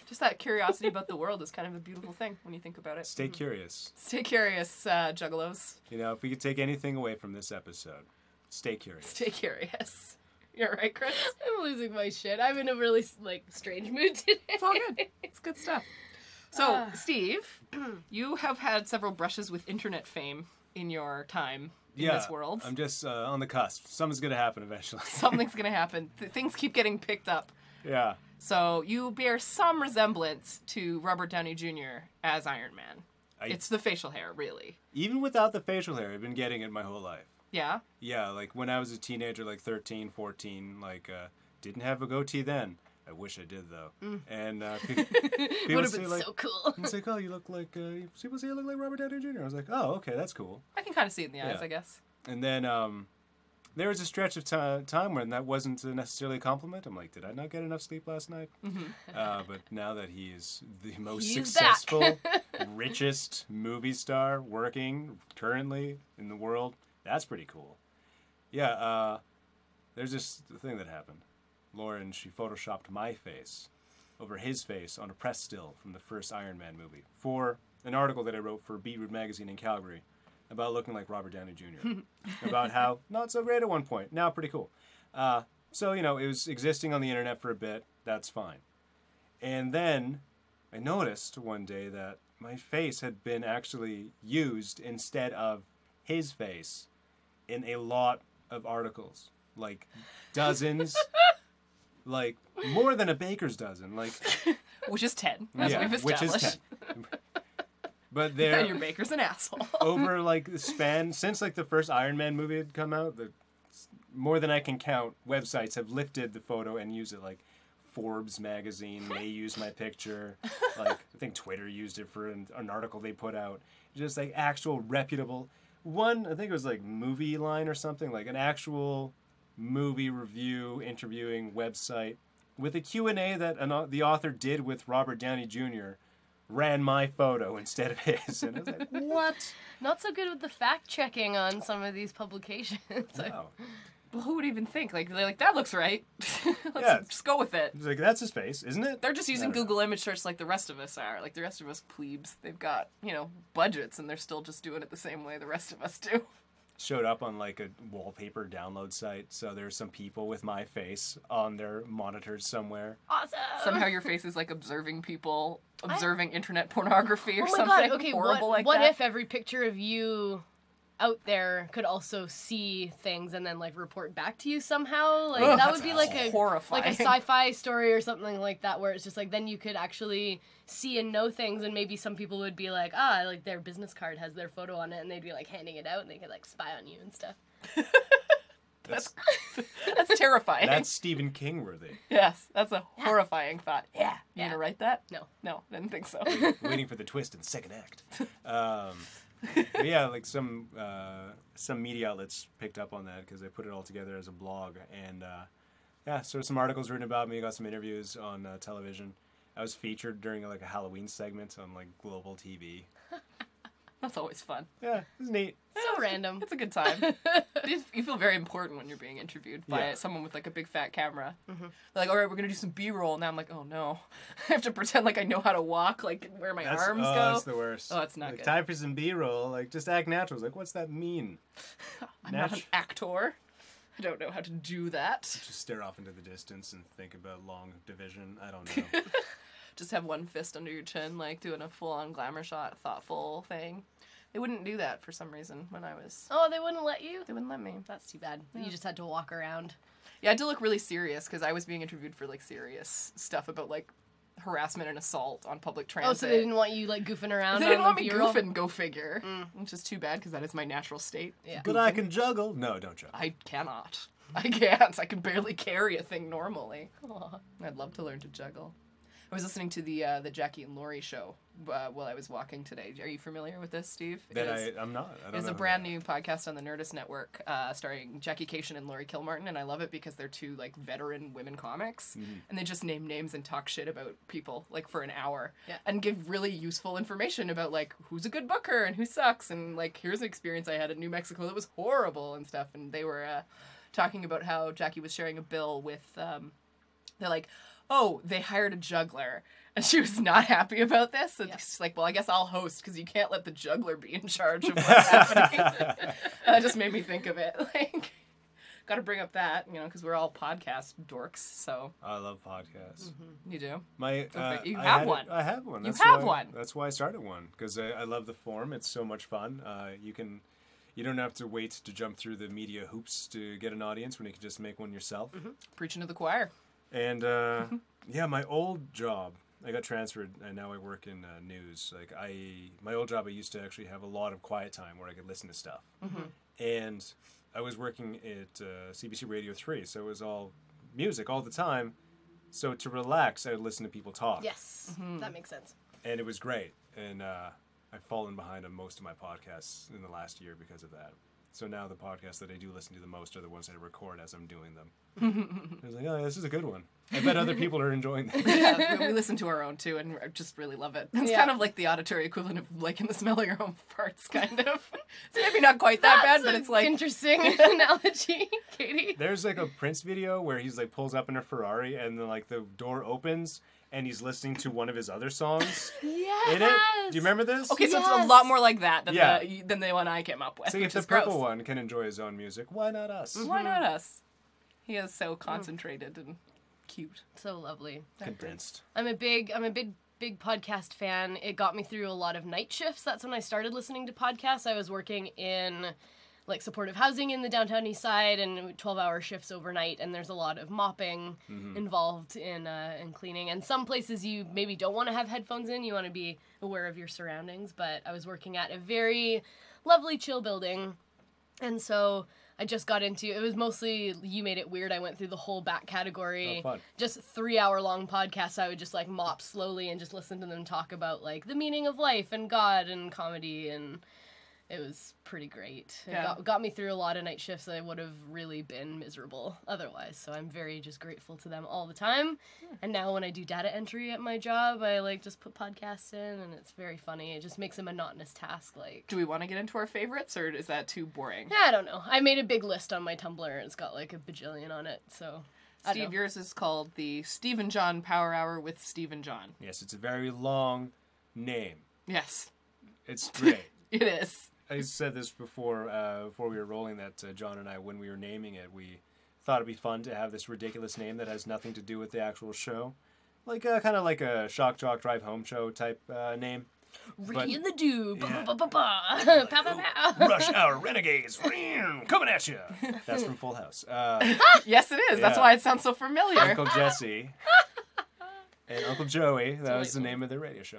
Just that curiosity about the world is kind of a beautiful thing when you think about it.
Stay curious.
Stay curious, uh, juggalos.
You know, if we could take anything away from this episode, stay curious.
Stay curious. You're right, Chris.
I'm losing my shit. I'm in a really like strange mood today.
It's all good. It's good stuff. So,
Ah.
Steve, you have had several brushes with internet fame in your time in
yeah,
this world.
I'm just uh, on the cusp. Something's gonna happen eventually.
Something's gonna happen. Th- things keep getting picked up.
yeah.
So you bear some resemblance to Robert Downey Jr. as Iron Man.
I-
It's the facial hair, really.
Even without the facial hair, I've been getting it my whole life.
Yeah.
Yeah, like when I was a teenager, like 13, 14, like uh, didn't have a goatee then. I wish I did though.
Mm.
And uh, people,
It
people
would have
say
been
like,
so cool.
it's like, oh, you look like uh, people say you look like Robert Downey Jr. I was like, oh, okay, that's cool.
I can kind of see it in the eyes,
Yeah.
I guess.
And then um, there was a stretch of ti time when that wasn't necessarily a compliment. I'm like, did I not get enough sleep last night?
Mm-hmm.
Uh, but now that he is the most
He's back.
successful, richest movie star working currently in the world, that's pretty cool. Yeah, uh, there's this thing that happened. Lauren, she photoshopped my face over his face on a press still from the first Iron Man movie for an article that I wrote for Beatroot Magazine in Calgary about looking like Robert Downey Jr. about how not so great at one point, now pretty cool. Uh, so, you know, it was existing on the internet for a bit. That's fine. And then I noticed one day that my face had been actually used instead of his face in a lot of articles, like dozens, like more than a baker's dozen, like
Which is 10, as
yeah,
we've
which
established.
is ten. But
And your
they're
baker's an asshole.
over like the span since like the first Iron Man movie had come out, the more than I can count websites have lifted the photo and used it like Forbes magazine, they used my picture. Like I think Twitter used it for an, an article they put out. Just like actual reputable one, I think it was like movie line or something, like an actual movie review interviewing website with a Q&A that an, au- the author did with Robert Downey Jr. ran my photo instead of his. And I was like, "What?"
Not so good with the fact checking on some of these publications.
Wow.
well, who would even think? Like, they're like that looks right. Let's
Yeah.
just go with it.
It's like that's a space, isn't it?
They're just using
I don't know.
Google image search like the rest of us are. Like the rest of us plebes, they've got, you know, budgets and they're still just doing it the same way the rest of us do.
Showed up on like a wallpaper download site, so there's some people with my face on their monitors somewhere.
Awesome.
Somehow your face is like observing people, observing internet pornography or something
Oh Okay,
horrible
what,
like
what
that.
if every picture of you out there could also see things and then like report back to you somehow? Like
Ugh,
that
that's
would be like a
horrifying.
like a sci-fi story or something like that, where it's just like then you could actually see and know things, and maybe some people would be like, ah, like their business card has their photo on it, and they'd be like handing it out, and they could like spy on you and stuff.
That's
That's terrifying.
that's Stephen King worthy.
yes, that's a horrifying thought. Yeah. You
Yeah.
gonna write that?
No.
No, didn't think so.
Waiting for the twist in the second act. Um, but yeah, like some uh, some media outlets picked up on that because they put it all together as a blog, and uh, yeah, so some articles written about me. I got some interviews on uh, television. I was featured during like a Halloween segment on like global TV.
that's always fun.
Yeah, it was neat.
So random.
It's a good time. you you feel very important when you're being interviewed by
Yeah.
someone with like a big fat camera.
Mm-hmm.
They're like, all right, we're gonna do some B-roll. Now I'm like, oh no, I have to pretend like I know how to walk, like where my
That's,
arms
oh, that's
go.
the worst.
Oh, it's not
like,
good.
Time for some B-roll. Like, just act natural. It's Like, what's that mean?
I'm not an
natu-
actor. I don't know how to do that.
Just stare off into the distance and think about long division. I don't know.
Just have one fist under your chin, like doing a full-on glamour shot, thoughtful thing. They wouldn't do that for some reason when I was.
Oh, they wouldn't let you.
They wouldn't let me.
That's too bad. You just had to walk around.
Yeah, I had to look really serious because I was being interviewed for like serious stuff about like harassment and assault on public transit.
Oh, so they didn't want you like goofing around.
They didn't
on
want
the
me
B-roll?
goofing, go figure. Which is too bad because that is my natural state.
Yeah.
but I can juggle. No, don't juggle.
I cannot. I can't. I can barely carry a thing normally. I'd love to learn to juggle. I was listening to the uh, the Jackie and Laurie show uh, while I was walking today. Are you familiar with this, Steve? It
That
is-
I, I'm not. I don't
It was
know
a
who
brand
they
new podcast on the Nerdist Network, uh, starring Jackie Cation and Laurie Kilmartin, and I love it because they're two like veteran women comics,
Mm-hmm.
and they just name names and talk shit about people like for an hour,
Yeah.
and give really useful information about like who's a good booker and who sucks, and like here's an experience I had in New Mexico that was horrible and stuff, and they were uh, talking about how Jackie was sharing a bill with. Um, they're like, oh, they hired a juggler. And she was not happy about this. And
Yeah.
she's like, well, I guess I'll host because you can't let the juggler be in charge of what's happening. and that just made me think of it. Like, got to bring up that, you know, because we're all podcast dorks. So
are. I love podcasts.
you do.
My, uh,
Perfect. Mm-hmm. You
I
have
had-
one.
I have one.
You
That's
have
why,
one.
That's why I started one because I, I love the form. It's so much fun. Uh, you can, you don't have to wait to jump through the media hoops to get an audience when you can just make one yourself.
Mm-hmm. Preaching to the choir.
And uh, yeah, my old job, I got transferred, and now I work in uh, news. Like I, my old job, I used to actually have a lot of quiet time where I could listen to stuff. And I was working at uh, CBC Radio Three, so it was all music all the time. So to relax, I would listen to people talk
Yes,
Mm-hmm.
that makes sense.
and it was great. And uh, I've fallen behind on most of my podcasts in the last year because of that. So now the podcasts that I do listen to the most are the ones that I record as I'm doing them. I was like, oh, this is a good one. I bet other people are enjoying that.
Yeah, we, we listen to our own too and I just really love it. It's
Yeah.
kind of like the auditory equivalent of liking the smell of your own farts, kind of. it's maybe not quite that
That's
bad, but
an
it's like.
interesting analogy, Katie.
There's like a Prince video where he's like pulls up in a Ferrari and then like the door opens and he's listening to one of his other songs
Yes.
in it. Do you remember this?
Okay, so it's a
Yes.
lot more like that than
Yeah.
the than the one I came up with.
So
which
if the
is gross.
purple one can enjoy his own music, why not us?
Why not us? He is so concentrated and cute.
So lovely.
Convinced.
I'm a big I'm a big big podcast fan. It got me through a lot of night shifts. That's when I started listening to podcasts. I was working in like supportive housing in the downtown east side and 12 hour shifts overnight and there's a lot of mopping
Mm-hmm.
involved in uh, in cleaning and some places you maybe don't want to have headphones in you want to be aware of your surroundings but i was working at a very lovely chill building and so I just got into it was mostly you made it weird. I went through the whole back category,
Oh, fun.
just three hour long podcasts. I would just like mop slowly and just listen to them talk about like the meaning of life and God and comedy and It was pretty great. It
Yeah.
got, got me through a lot of night shifts that I would have really been miserable otherwise. So I'm very just grateful to them all the time.
Hmm.
And now when I do data entry at my job, I like just put podcasts in and it's very funny. It just makes a monotonous task like
Do we want to get into our favorites or is that too boring?
I don't know. I made a big list on my Tumblr and it's got like a bajillion on it. So I don't
Steve,
know.
yours is called the Steve and John Power Hour with Steve and John.
Yes, it's a very long name.
Yes,
It's great.
it is.
I said this before uh, before we were rolling that uh, John and I, when we were naming it, we thought it'd be fun to have this ridiculous name that has nothing to do with the actual show, like uh, kind of like a shock jock drive home show type uh, name.
Ring in the dew.
Yeah.
Ba ba ba ba. Pow pow pow.
"Oh, Rush Hour Renegades coming at you. That's from Full House. Uh,
Yes, it is. That's
Yeah.
why it sounds so familiar.
Uncle Jesse and Uncle Joey. That was
Delightful.
the name of their radio show.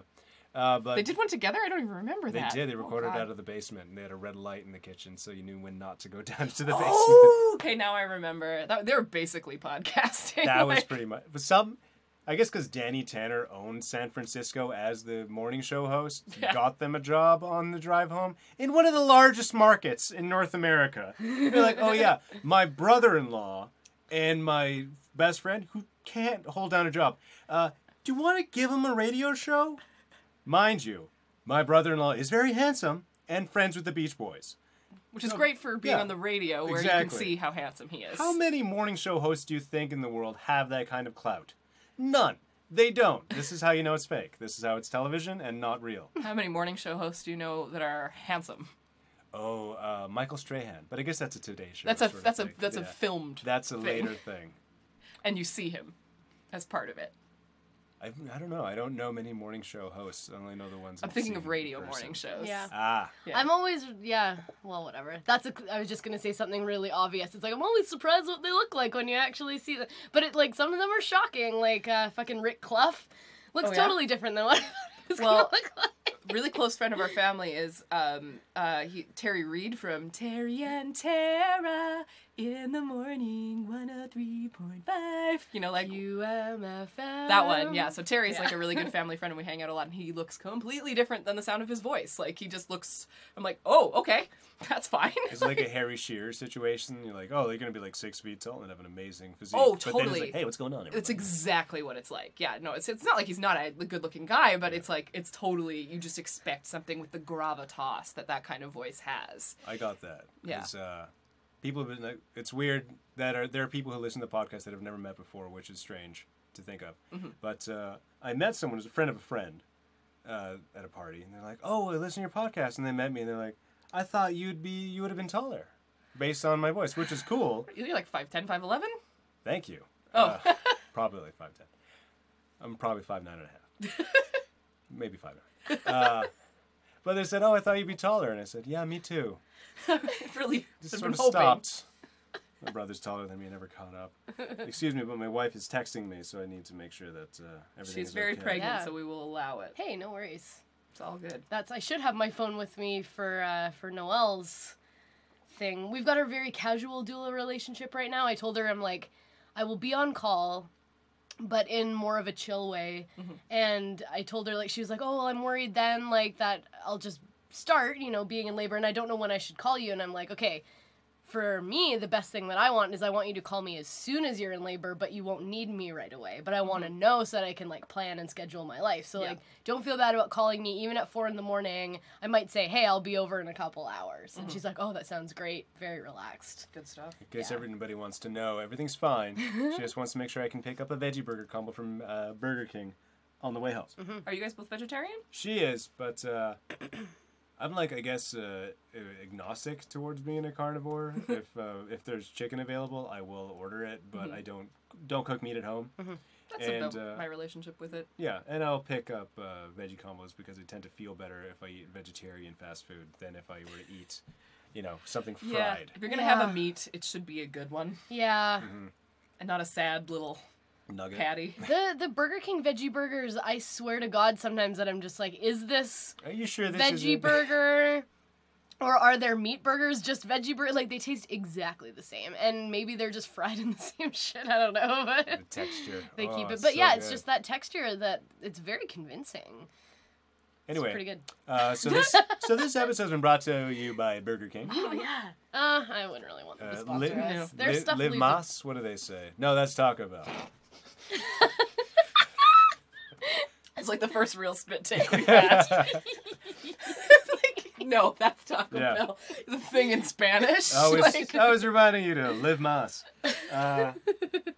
Uh, but
They did one together? I don't even remember
They
that.
did. They
Oh,
recorded
God.
out of the basement, and they had a red light in the kitchen, so you knew when not to go down to the basement.
Oh, okay. Now I remember. That, they were basically podcasting.
that was
like-
pretty much. But some, I guess, because Danny Tanner owned San Francisco as the morning show host,
Yeah.
got them a job on the drive home in one of the largest markets in North America. They're like, oh yeah, my brother-in-law and my best friend who can't hold down a job. Uh, do you want to give him a radio show? Mind you, my brother-in-law is very handsome and friends with the Beach Boys.
which is great for being
Oh, yeah.
on the radio where you can
Exactly.
see how handsome he is.
How many morning show hosts do you think in the world have that kind of clout? None. They don't. This is how you know it's fake. This is how it's television and not real.
How many morning show hosts do you know that are handsome?
Oh, uh, Michael Strahan. But I guess that's a Today Show.
That's a
sort of
that's a
thing.
that's a
Yeah.
filmed,
That's a
thing.
later thing.
and you see him as part of it.
I, I don't know. I don't know many morning show hosts. I only know the ones.
I'm
I've
thinking
seen
of radio
in person.
morning shows.
Yeah.
Ah,
Yeah.
I'm always yeah. Well, whatever. That's a. I was just gonna say something really obvious. It's like I'm always surprised what they look like when you actually see them. But it like some of them are shocking. Like uh, fucking Rick Clough looks
Oh, yeah?
totally different than what it's
Well-
gonna look like.
really close friend of our family is um, uh, he, Terry Reed from Terry and Tara in the morning 103.5. You know, like
UMFM.
that one. Yeah. So Terry's like
Yeah.
a really good family friend and we hang out a lot and he looks completely different than the sound of his voice. Like he just looks, I'm like, oh, okay, that's fine.
it's like a Harry Shearer situation. You're like, oh, they're gonna be like six feet tall and have an amazing physique.
Oh,
But then it's
totally.
like, hey, what's going on?
It's
everybody?"
exactly what it's like. Yeah, no, it's it's not like he's not a good looking guy, but it's like it's totally you just expect something with the gravitas that that kind of voice has.
I got that.
Yeah.
'Cause, Uh, people have been like, it's weird that are there are people who listen to podcasts that have never met before, which is strange to think of.
Mm-hmm.
But uh, I met someone who's a friend of a friend uh, at a party, and they're like, "Oh, I listen to your podcast," and they met me, and they're like, "I thought you'd be you would have been taller." Based on my voice, which is cool.
You're like 5'10", 5'11"?
Thank you.
Oh.
Uh, probably like 5'10. I'm probably 5'9 and a half. Maybe 5'9. Uh, but they said, Oh, I thought you'd be taller. And I said, Yeah, me too.
really
just
I've
sort
been
of
hoping.
stopped. My brother's taller than me and never caught up. Excuse me, but my wife is texting me, so I need to make sure that uh, everything
She's
is
very
okay.
pregnant,
Yeah.
so we will allow it.
Hey, no worries.
It's all good.
That's I should have my phone with me for uh, for Noelle's thing. We've got a very casual doula relationship right now. I told her I'm like, I will be on call, but in more of a chill way. And I told her like she was like, oh, well, I'm worried then like that I'll just start you know being in labor and I don't know when I should call you. And I'm like, okay. For me, the best thing that I want is I want you to call me as soon as you're in labor, but you won't need me right away. But I want to know so that I can like plan and schedule my life. So
Yeah.
like, don't feel bad about calling me even at four in the morning. I might say, hey, I'll be over in a couple hours. And she's like, oh, that sounds great. Very relaxed.
Good stuff.
In case everybody wants to know, everything's fine. she just wants to make sure I can pick up a veggie burger combo from uh, Burger King on the way home.
Hmm.
Are you guys both vegetarian?
She is, but uh, I'm like, I guess, uh, agnostic towards being a carnivore. if uh, if there's chicken available, I will order it, but I don't don't cook meat at home.
That's
And,
about
uh,
my relationship with it.
Yeah, and I'll pick up uh, veggie combos because I tend to feel better if I eat vegetarian fast food than if I were to eat, you know, something fried.
If you're gonna have
Yeah.
a meat, it should be a good one
Yeah.
and not a sad little
Nugget.
patty.
The the Burger King veggie burgers, I swear to God sometimes that I'm just like, is this
Are you sure this is
veggie burger? Or are their meat burgers just veggie burger? Like they taste exactly the same, and maybe they're just fried in the same shit. I don't know,
The
but
texture.
they
Oh,
keep it.
it's
But
so
yeah, it's
good.
just that texture that it's very convincing.
Anyway,
Pretty good.
Uh, so this so this episode's been brought to you by Burger King.
Oh yeah. Uh, I wouldn't really want them to
Uh,
sponsor
Liv-
us. Their
Liv,
stuff
Liv
leaves a
Moss, what do they say? No, that's Taco Bell.
It's like the first real spit take we've had. It's like, no, that's Taco
Yeah. Oh,
Bell. The thing in Spanish.
I was,
like,
I was reminding you to live Moss. Uh,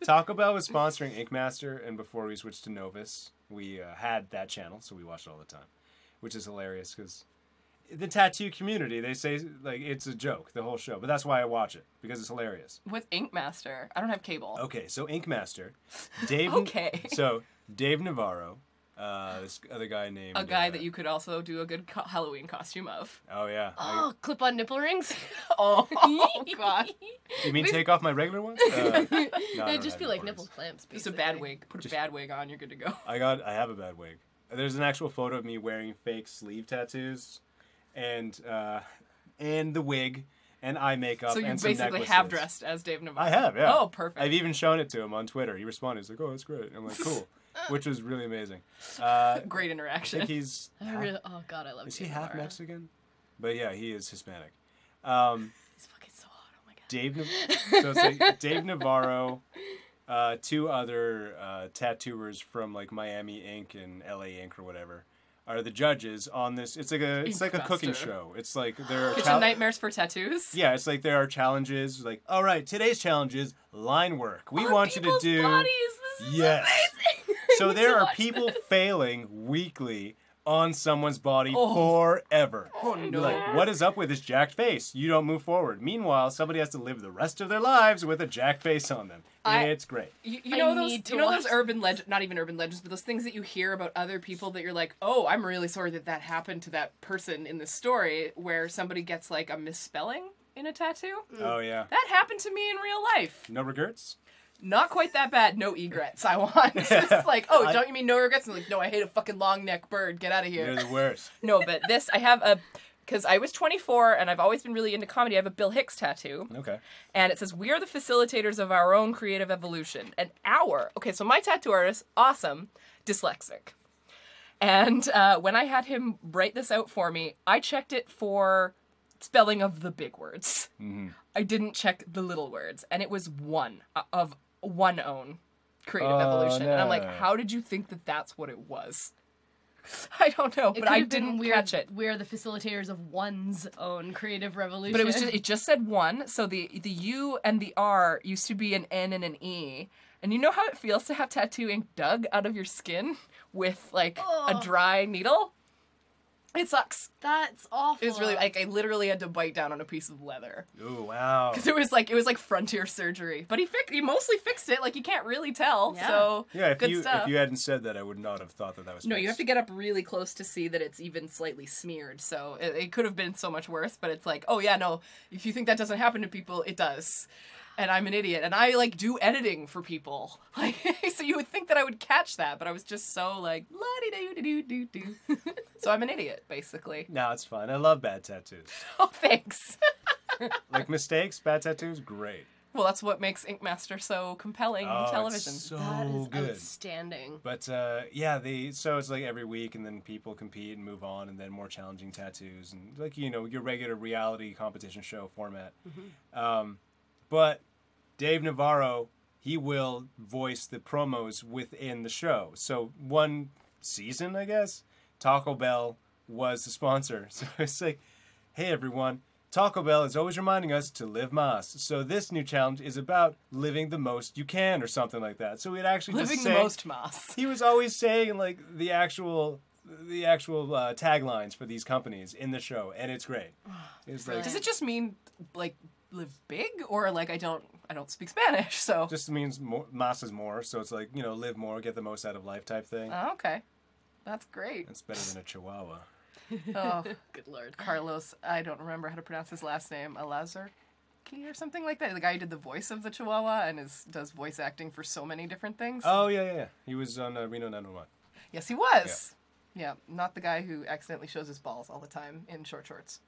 Taco Bell was sponsoring Ink Master, and before we switched to Novus, we uh, had that channel, so we watched it all the time, which is hilarious because the tattoo community they say like it's a joke the whole show, but that's why I watch it because it's hilarious.
with Ink Master. I don't have cable.
Okay, so Ink Master, Dave.
Okay.
So Dave Navarro, uh, this other guy named
A guy
uh,
that you could also do a good co- Halloween costume of.
Oh yeah. I-
Oh, clip on nipple rings.
Oh, god.
you mean take off my regular ones? Uh, no, I
It'd
don't
just
have
be
any
like
words.
nipple clamps.
Just a bad
basically.
wig. Put a bad wig on, you're good to go.
I got. I have a bad wig. There's an actual photo of me wearing fake sleeve tattoos, and uh, and the wig, and eye makeup.
So you
and some
basically
necklaces.
have dressed as Dave Navarro.
I have, yeah.
Oh, perfect.
I've even shown it to him on Twitter. He responded. He's like, "Oh, that's great." I'm like, "Cool," which was really amazing. Uh,
Great
I think
interaction.
he's.
I really- oh god, I love.
Is he
Dave
half
Navarro.
Mexican? But yeah, he is Hispanic. Um,
He's fucking so hot. Oh my god.
Dave, Nav- so it's like Dave Navarro, uh, two other uh, tattooers from like Miami Ink and LA Ink or whatever are the judges on this. It's like a it's
Ink
like a cooking
Master.
show. It's like there are
Kitchen
chal-
nightmares for tattoos.
yeah, it's like there are challenges. Like all right, today's challenge is line work. We want you to
People's
do
Bodies. This is
yes.
amazing.
So there are
Watch
people failing weekly on someone's body
Oh.
forever.
Oh no.
You're like, what is up with this jacked face? You don't move forward. Meanwhile, somebody has to live the rest of their lives with a jacked face on them.
I-
it's great.
You, you
I
know those
need to
you know those
watch-
urban legend not even urban legends but those things that you hear about other people that you're like oh I'm really sorry that that happened to that person in this story where somebody gets like a misspelling in a tattoo
Oh yeah.
that happened to me in real life
No regrets?
not quite that bad no egrets I want it's like oh don't you mean no regrets I'm like no I hate a fucking long neck bird get out of here
They're the worst.
no but this I have a because I was 24 and I've always been really into comedy I have a Bill Hicks tattoo
Okay.
and it says we are the facilitators of our own creative evolution an hour okay so my tattoo artist awesome dyslexic and uh, when i had him write this out for me i checked it for spelling of the big words
Mm-hmm.
i didn't check the little words and it was one uh, of one own creative
Oh,
evolution and i'm like
no.
how did you think that that's what it was i don't know
It
but i
could've been
didn't
weird,
catch it
We're the facilitators of one's own creative revolution.
But it was just it just said one, so the the U and the R used to be an N and an E. And you know how it feels to have tattoo ink dug out of your skin with like
Oh.
a dry needle? It sucks.
that's awful.
It was really like I literally had to bite down on a piece of leather.
Oh wow.
Cuz it was like it was like frontier surgery. But he fixed he mostly fixed it like you can't really tell.
Yeah.
So
Yeah, if
good
you
stuff.
if you hadn't said that, I would not have thought that that was.
no, you have
fixed.
to get up really close to see that it's even slightly smeared. So it, it could have been so much worse, but it's like, oh yeah, no, if you think that doesn't happen to people, it does. And I'm an idiot, and I like do editing for people. Like, so you would think that I would catch that, but I was just so like, la di do do do do. So I'm an idiot, basically.
No, it's fine. I love bad tattoos.
Oh, thanks.
like mistakes, bad tattoos, great.
well, that's what makes Ink Master so compelling
Oh,
on
it's
television.
so
that is
good.
outstanding.
But uh, yeah, they so it's like every week, and then people compete and move on, and then more challenging tattoos, and like you know your regular reality competition show format.
Mm-hmm.
Um, but Dave Navarro, he will voice the promos within the show. So one season, I guess, Taco Bell was the sponsor. So it's like, hey everyone. Taco Bell is always reminding us to live Mas. So this new challenge is about living the most you can, or something like that. So it actually
Living
just
the
say,
most moss.
he was always saying like the actual the actual uh, taglines for these companies in the show, and it's great. It's like
Does
just,
it just mean like live big, or like I don't I don't speak Spanish, so
means more, mass is more, so it's like you know live more, get the most out of life type thing.
Oh, okay. That's great.
It's better than a Chihuahua.
Oh,
Good lord.
Carlos, I don't remember how to pronounce his last name. Alazar Key or something like that. The guy who did the voice of the Chihuahua and is does voice acting for so many different things.
Oh yeah, yeah. yeah. He was on uh, Reno 911.
Yes, he was. Yeah. not the guy who accidentally shows his balls all the time in short shorts.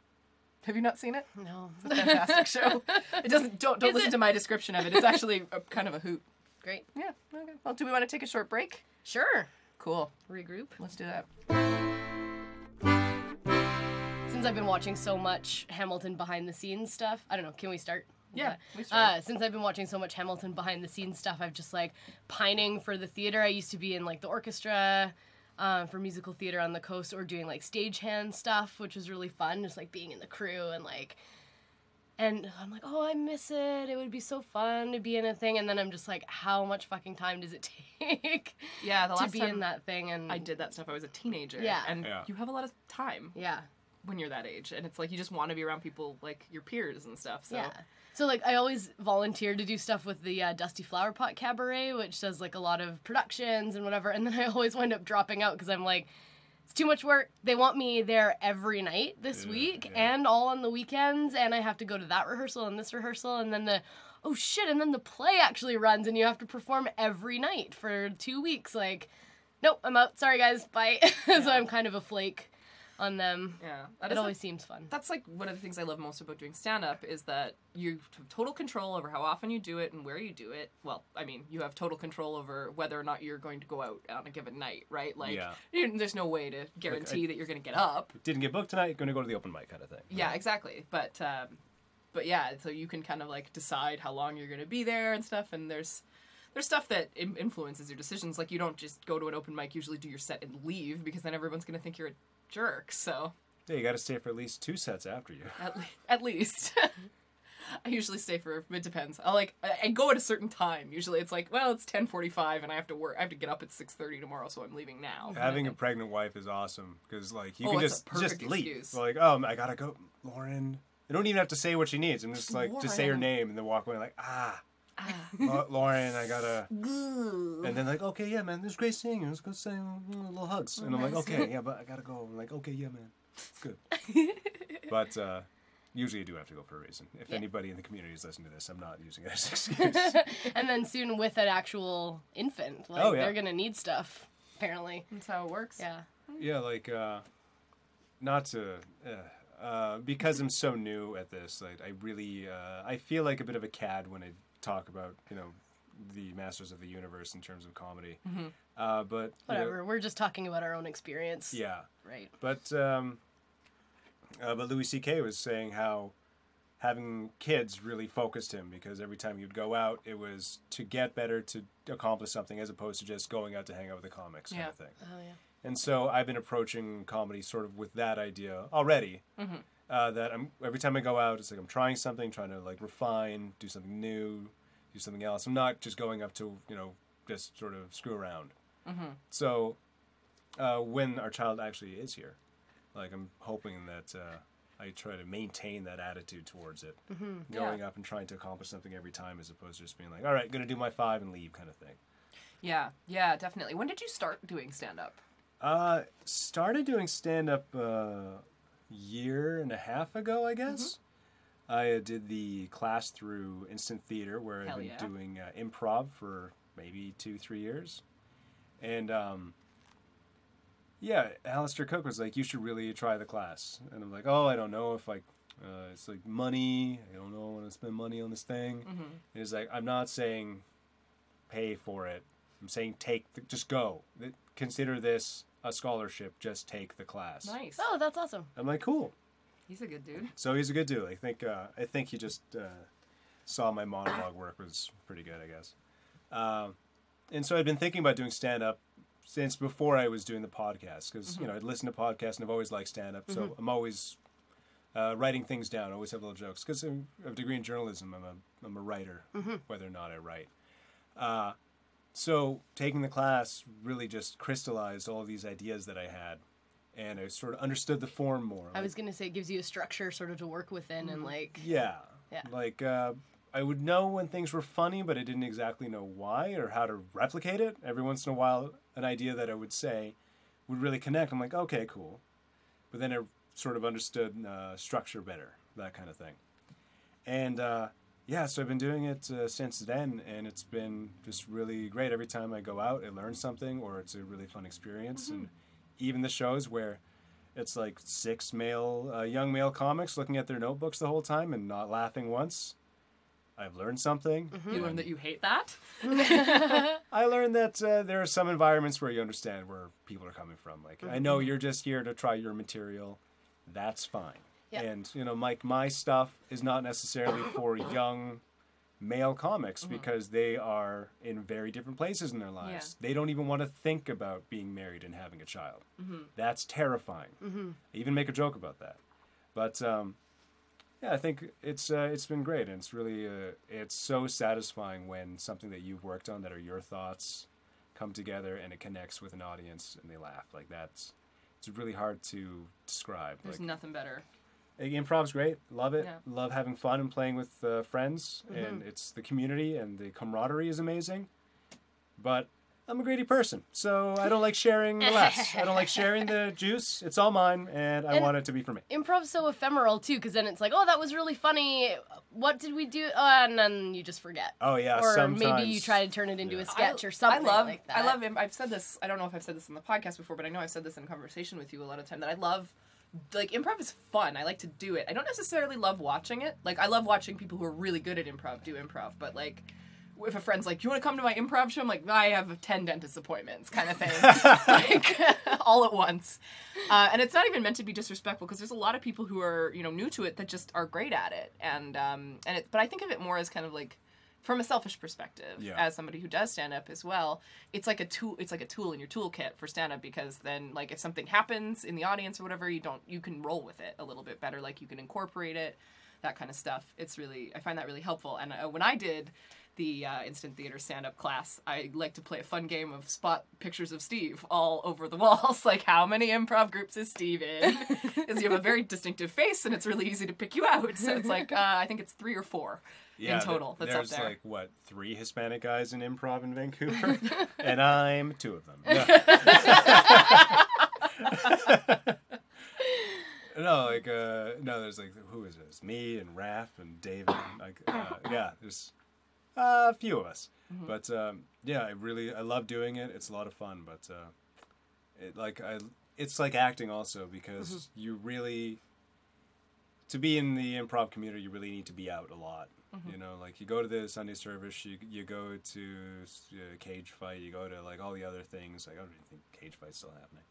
Have you not seen it?
No.
It's a fantastic show. It doesn't don't don't
Is
listen
it-
to my description of it. It's actually a, kind of a hoot.
Great.
Yeah. Okay. Well, do we want to take a short break?
Sure.
Cool.
Regroup.
Let's do that.
since I've been watching so much Hamilton behind the scenes stuff, I don't know. Can we start? with
Yeah,
that?
we start.
Uh, since I've been watching so much Hamilton behind the scenes stuff, I've just like pining for the theater. I used to be in like the orchestra um, for musical theater on the coast, or doing like stagehand stuff, which was really fun. Just like being in the crew and like. And I'm like, oh, I miss it. It would be so fun to be in a thing. And then I'm just like, how much fucking time does it take
Yeah, the
to
last
be
time
in that thing? And
I did that stuff, I was a teenager.
Yeah.
And
Yeah.
you have a lot of time
yeah.
when you're that age. And it's like you just want to be around people like your peers and stuff. So
Yeah. So like I always volunteer to do stuff with the uh, Dusty Flower Pot Cabaret, which does like a lot of productions and whatever, and then I always wind up dropping out because I'm like, it's too much work. They want me there every night this
Yeah,
week
yeah.
and all on the weekends, and I have to go to that rehearsal and this rehearsal, and then the oh shit, and then the play actually runs, and you have to perform every night for two weeks. Like, nope, I'm out. Sorry guys, bye. so I'm kind of a flake on them.
yeah. That
It
is the
always seems fun.
that's like one of the things I love most about doing stand up is that you have total control over how often you do it and where you do it. Well, I mean, you have total control over whether or not you're going to go out on a given night, right? Like,
Yeah.
you- there's no way to guarantee that you're going to get up.
Didn't get booked tonight. Going to go to the open mic kind of thing.
Yeah, exactly. But, um, but yeah, so you can kind of like decide how long you're going to be there and stuff. And there's, there's stuff that Im- influences your decisions. Like you don't just go to an open mic, usually do your set and leave because then everyone's going to think you're a jerk. So
Yeah, you got to stay for at least two sets after you.
At, le- at least. I usually stay for it depends. I like I I go at a certain time. Usually it's like, well, it's 10:45 and I have to work I have to get up at 6:30 tomorrow, so I'm leaving now.
Having a pregnant wife is awesome because like you
Oh,
can
it's a
just just
perfect
leave.
excuse.
Like, um, I gotta go, Lauren. I don't even have to say what she needs. I'm just like just say her
Lauren.
name and then walk away. Like, ah,
Ah.
Lau- Lauren, I gotta.
Goo.
And then like, okay, yeah, man, there's great singing. Let's go sing mm, little hugs. And I'm like, okay, yeah, but I gotta go. I'm like, okay, yeah, man, it's good. but uh, usually I do have to go for a reason. If anybody in the community is listening to this, I'm not using it as an excuse.
and then soon with an actual infant. Like
Oh, yeah.
they're gonna need stuff, apparently.
That's how it works.
Yeah.
yeah, like uh, not to. Uh, uh, because I'm so new at this, like I really, uh, I feel like a bit of a cad when I talk about, you know, the masters of the universe in terms of comedy. Uh, but you know,
Whatever. We're just talking about our own experience.
yeah,
Right.
But um, uh, but Louis C.K. was saying how having kids really focused him because every time you'd go out, it was to get better, to accomplish something, as opposed to just going out to hang out with the comics kind
Yeah.
of thing.
Oh yeah.
And so I've been approaching comedy sort of with that idea already. Uh, that I'm every time I go out, it's like I'm trying something, trying to like refine, do something new, do something else. I'm not just going up to you know just sort of screw around. So uh, when our child actually is here, like I'm hoping that uh, I try to maintain that attitude towards it, going up and trying to accomplish something every time, as opposed to just being like, all right, gonna do my five and leave kind of thing.
Yeah. Yeah, definitely. When did you start doing stand up?
Uh, started doing stand up a year and a half ago, I guess.
Mm-hmm.
I uh, did the class through Instant Theater where
Hell
I've been
yeah.
doing uh, improv for maybe two, three years. And um, yeah, Alistair Cook was like, you should really try the class. And I'm like, oh, I don't know if like, uh, it's like money. I don't know. I want to spend money on this thing. And he's like, I'm not saying pay for it. I'm saying take, the, just go. Th- Consider this a scholarship. Just take the class.
Nice.
Oh, that's awesome.
I'm like, cool.
He's a good dude.
So he's a good dude. I think uh, I think he just uh, saw my monologue work was pretty good, I guess. Um, and so I'd been thinking about doing stand up since before I was doing the podcast because
Mm-hmm.
you know I'd listened to podcasts and I've always liked stand up. So I'm always uh, writing things down. I always have little jokes because I have a degree in journalism. I'm a I'm a writer,
Mm-hmm.
whether or not I write. Uh, so taking the class really just crystallized all these ideas that I had, and I sort of understood the form more.
I
like-
was gonna say it gives you a structure sort of to work within and like
Mm. yeah.
Yeah.
Like uh, I would know when things were funny, but I didn't exactly know why or how to replicate it. Every once in a while, an idea that I would say would really connect. I'm like, okay, cool. But then I sort of understood uh, structure better, that kind of thing. And uh, yeah, so I've been doing it uh, since then, and it's been just really great. Every time I go out, I learn something, or it's a really fun experience. And even the shows where it's like six male, uh, young male comics looking at their notebooks the whole time and not laughing once. I've learned something.
You learned that you hate that?
Mm.
I learned that uh, there are some environments where you understand where people are coming from. Like, I know you're just here to try your material, that's fine.
Yeah.
And you know, Mike, my stuff is not necessarily for young male comics because they are in very different places in their lives. They don't even want to think about being married and having a child. That's terrifying. I even make a joke about that. But um, yeah, I think it's uh, it's been great, and it's really uh, it's so satisfying when something that you've worked on that are your thoughts come together and it connects with an audience and they laugh like that's it's really hard to describe.
There's
like,
nothing better.
improv's great, love it,
Yeah. Mm-hmm.
love having fun and playing with uh, friends, and it's the community and the camaraderie is amazing. But I'm a greedy person, so I don't like sharing the less. I don't like sharing the juice. It's all mine, and I
And-
want it to be for me.
Improv's so ephemeral too, because then it's like, oh, that was really funny. What did we do? Oh, and then you just forget.
Oh yeah,
or
sometimes.
maybe you try to turn it into
Yeah.
a sketch or something
I love,
like that.
I love him. I've said this. I don't know if I've said this on the podcast before, but I know I've said this in conversation with you a lot of time that I love. Like improv is fun. I like to do it. I don't necessarily love watching it. Like I love watching people who are really good at improv do improv. But like, if a friend's like, "You want to come to my improv show?" I'm like, "I have ten dentist appointments," kind of thing, like all at once. Uh, and it's not even meant to be disrespectful because there's a lot of people who are you know new to it that just are great at it. And um and it, but I think of it more as kind of like from a selfish perspective
Yeah.
as somebody who does stand up as well it's like a tool it's like a tool in your toolkit for stand up because then like if something happens in the audience or whatever you don't you can roll with it a little bit better like you can incorporate it that kind of stuff it's really i find that really helpful and uh, when i did the uh, instant theater stand up class i like to play a fun game of spot pictures of steve all over the walls like how many improv groups is steve in because you have a very distinctive face and it's really easy to pick you out so it's like uh, i think it's three or four in
th-
total that's up
there's
there
like what three Hispanic guys in improv in Vancouver, and I'm two of them. No. No, like uh, no, there's like who is this? Me and Raph and David. Like uh, yeah, there's uh, a few of us. But um, yeah, I really I love doing it. It's a lot of fun, but uh, it like I it's like acting also because you really to be in the improv community, you really need to be out a lot. You know, like you go to the Sunday service, you you go to uh, cage fight, you go to like all the other things. Like, I don't even think cage fight's still happening.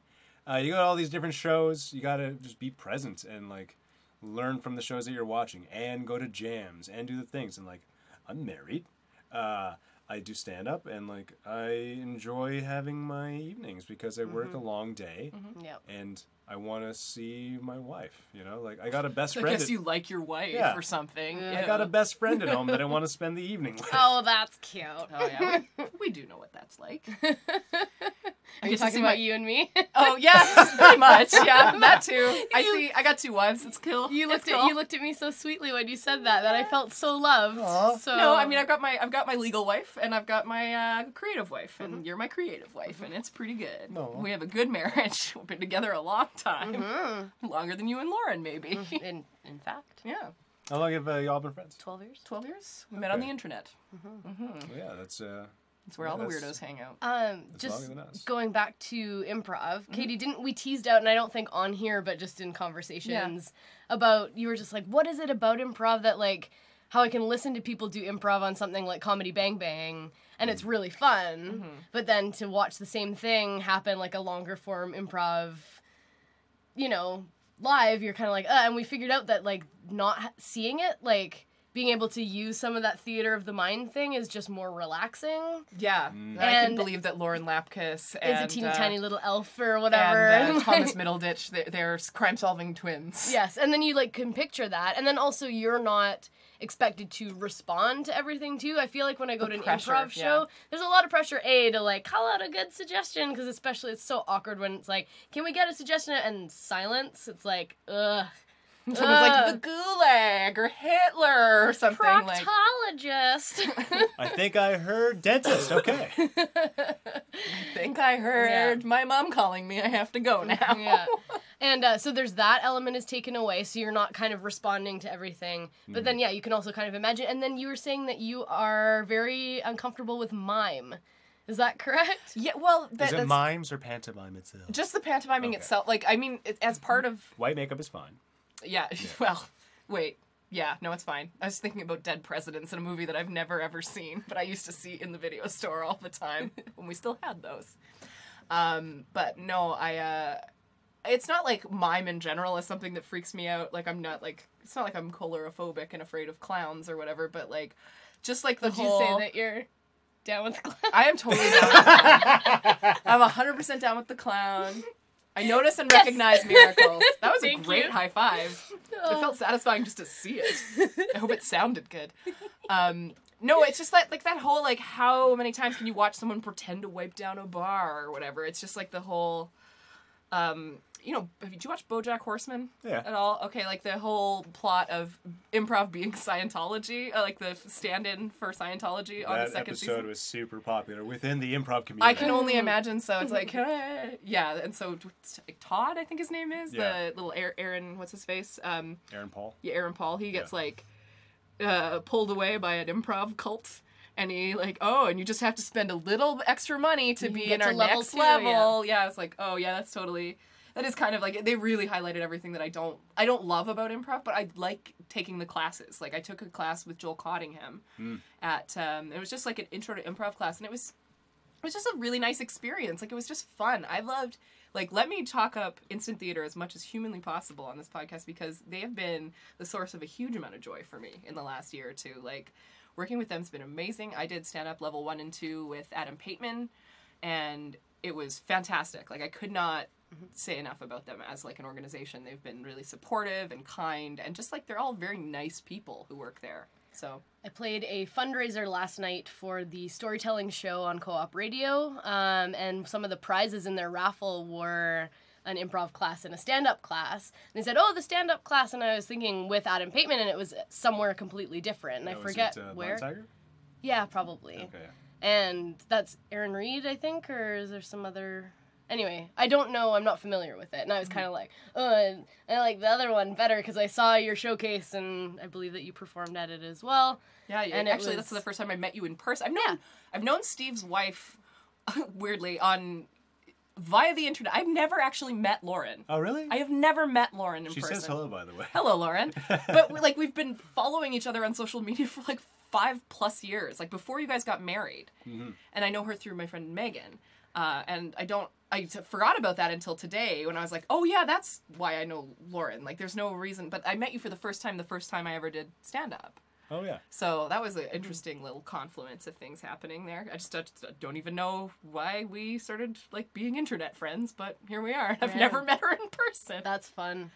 Uh, you go to all these different shows. You gotta just be present and like learn from the shows that you're watching, and go to jams and do the things. And like, I'm married. Uh, I do stand up, and like I enjoy having my evenings because I work a long day,
Yep.
and I want to see my wife. You know, like I got a best
I
friend.
guess
at-
you like your wife
Yeah.
or something.
I got a best friend at home that I want to spend the evening with.
Oh, that's cute.
Oh yeah, we, we do know what that's like.
Are
get
you
to
talking
see
about
my-
you and me?
Oh yeah, pretty much. Yeah, that too. I see. I got two wives. It's cool.
you
It's
looked at
cool.
you looked at me so sweetly when you said that that I felt so loved.
Aw.
So
No, I mean I've got my I've got my legal wife and I've got my uh, creative wife and you're my creative wife and it's pretty good.
No.
We have a good marriage. We've been together a long time, longer than you and Lauren maybe.
in in fact,
yeah,
How long have uh, y'all been friends?
twelve years.
twelve years. We met on the
Okay.
internet.
Yeah, that's uh,
It's where all the
Yeah,
weirdos
that's-
hang out.
Um,
It's
just
longer than us.
going back to improv, Katie, didn't we teased out, and I don't think on here, but just in conversations about you were just like, what is it about improv that like how I can listen to people do improv on something like Comedy Bang Bang, and it's really fun, but then to watch the same thing happen like a longer form improv, you know, live, you're kind of like, uh, and we figured out that like not ha- seeing it, like. Being able to use some of that theater of the mind thing is just more relaxing.
Yeah, and I can
And-
believe that Lauren Lapkus
is
and
a teeny
uh,
tiny little elf or
and
whatever.
uh,
Like-
Thomas Middleditch. They're, they're crime-solving twins.
Yes, and then you like can picture that, and then also you're not expected to respond to everything too. I feel like when I go
The
to an
pressure,
improv
yeah.
show, there's a lot of pressure a to like call out a good suggestion because especially it's so awkward when it's like, can we get a suggestion and silence? It's like ugh.
Someone's
Ugh.
like the Gulag or Hitler or something like.
Proctologist.
I think I heard dentist. Okay.
I think I heard my mom calling me. I have to go now.
yeah. And uh, so there's that element is taken away, so you're not kind of responding to everything. But then, yeah, you can also kind of imagine. And then you were saying that you are very uncomfortable with mime. Is that correct?
Yeah, well, that,
Is it
that's
mimes or pantomime uh, itself?
just the pantomiming
Okay. Mm-hmm.
itself. Like, I mean, it, as part of
White makeup is fine.
yeah, Well, wait. Yeah, no, it's fine. I was thinking about dead presidents in a movie that I've never ever seen, but I used to see in the video store all the time when we still had those. Um, but no, I uh, it's not like mime in general is something that freaks me out. Like I'm not like it's not like I'm cholerophobic and afraid of clowns or whatever, but like just like the
Would
whole
you say that you're down with clowns?
I am totally down. With the clown. I'm 100% down with the clown. I notice and recognize miracles. That was a
Thank
great
you.
high five. It felt satisfying just to see it. I hope it sounded good. Um, no, it's just that like that whole like how many times can you watch someone pretend to wipe down a bar or whatever? It's just like the whole um you know, have you, did you watch BoJack Horseman
Yeah.
at all? Okay, like the whole plot of improv being Scientology, uh, like the stand-in for Scientology on the
That
second
episode
season.
was super popular within the improv community.
I can only imagine. So it's like, "Hey." yeah. And so t- Todd, I think his name is
Yeah.
the little Aar- Aaron. What's his face? Um,
Aaron Paul.
yeah, Aaron Paul. He gets
Yeah.
like uh, pulled away by an improv cult. And he like oh, and you just have to spend a little extra money to
You
be
get
in
to
our
level
next
two,
level. Yeah. it's like oh yeah, that's totally. That is kind of like they really highlighted everything that I don't I don't love about improv, but I like taking the classes. Like I took a class with Joel Cottingham
Hmm.
at um, it was just like an intro to improv class, and it was it was just a really nice experience. Like it was just fun. I loved like let me talk up instant theater as much as humanly possible on this podcast because they have been the source of a huge amount of joy for me in the last year or two. Like working with them's been amazing. I did stand up level 1 and 2 with Adam Pateman and it was fantastic. Like I could not say enough about them as like an organization. They've been really supportive and kind and just like they're all very nice people who work there. So
I played a fundraiser last night for the storytelling show on Co op Radio, um, and some of the prizes in their raffle were an improv class and a stand up class. And they said, Oh, the stand up class. And I was thinking with Adam Pateman, and it was somewhere completely different. And I
Was
forget
it, uh,
where.
Bonsiger?
Yeah, probably.
Okay. yeah.
And that's Aaron Reed, I think, or is there some other. Anyway, I don't know. I'm not familiar with it, and I
Mm-hmm.
was kind of like, oh, and I like the other one better because I saw your showcase, and I believe that you performed at it as well.
Yeah, yeah.
And it
actually, that's
was-
the first time I met you in person. I've known I've known Steve's wife, weirdly, on via the internet. I've never actually met Lauren.
Oh really?
I have never met Lauren in
she
person.
says hello, by the way.
Hello, Lauren. but we- like we've been following each other on social media for like five plus years, like before you guys got married.
Mm-hmm.
And I know her through my friend Megan. Uh, and I don't, I t- forgot about that until today when I was like, oh yeah, that's why I know Lauren. Like there's no reason, but I met you for the first time the first time I ever did stand up.
Oh yeah.
So that was an interesting little confluence of things happening there. I just, I just don't even know why we started like being internet friends, but here we are. I've
Yeah.
never met her in person. I'll
That's fun.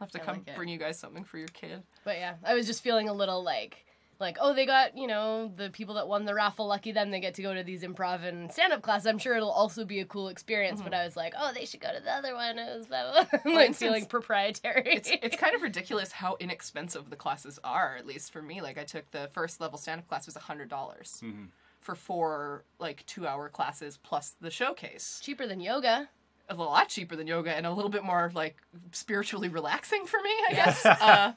have to
I
come
like it.
bring you guys something for your kid.
But yeah, I was just feeling a little like like oh they got you know the people that won the raffle lucky them they get to go to these improv and stand up classes i'm sure it'll also be a cool experience but i was like oh they should go to the other one it was blah, blah, blah. i'm like
Mm-hmm. it's-
feeling
it's-
proprietary
It's it's kind of ridiculous how inexpensive the classes are, at least for me. Like I took the first level stand up class was hundred dollars for four like two hour classes plus the showcase.
cheaper than yoga
a lot cheaper than yoga and a little bit more like spiritually relaxing for me, I guess. uh,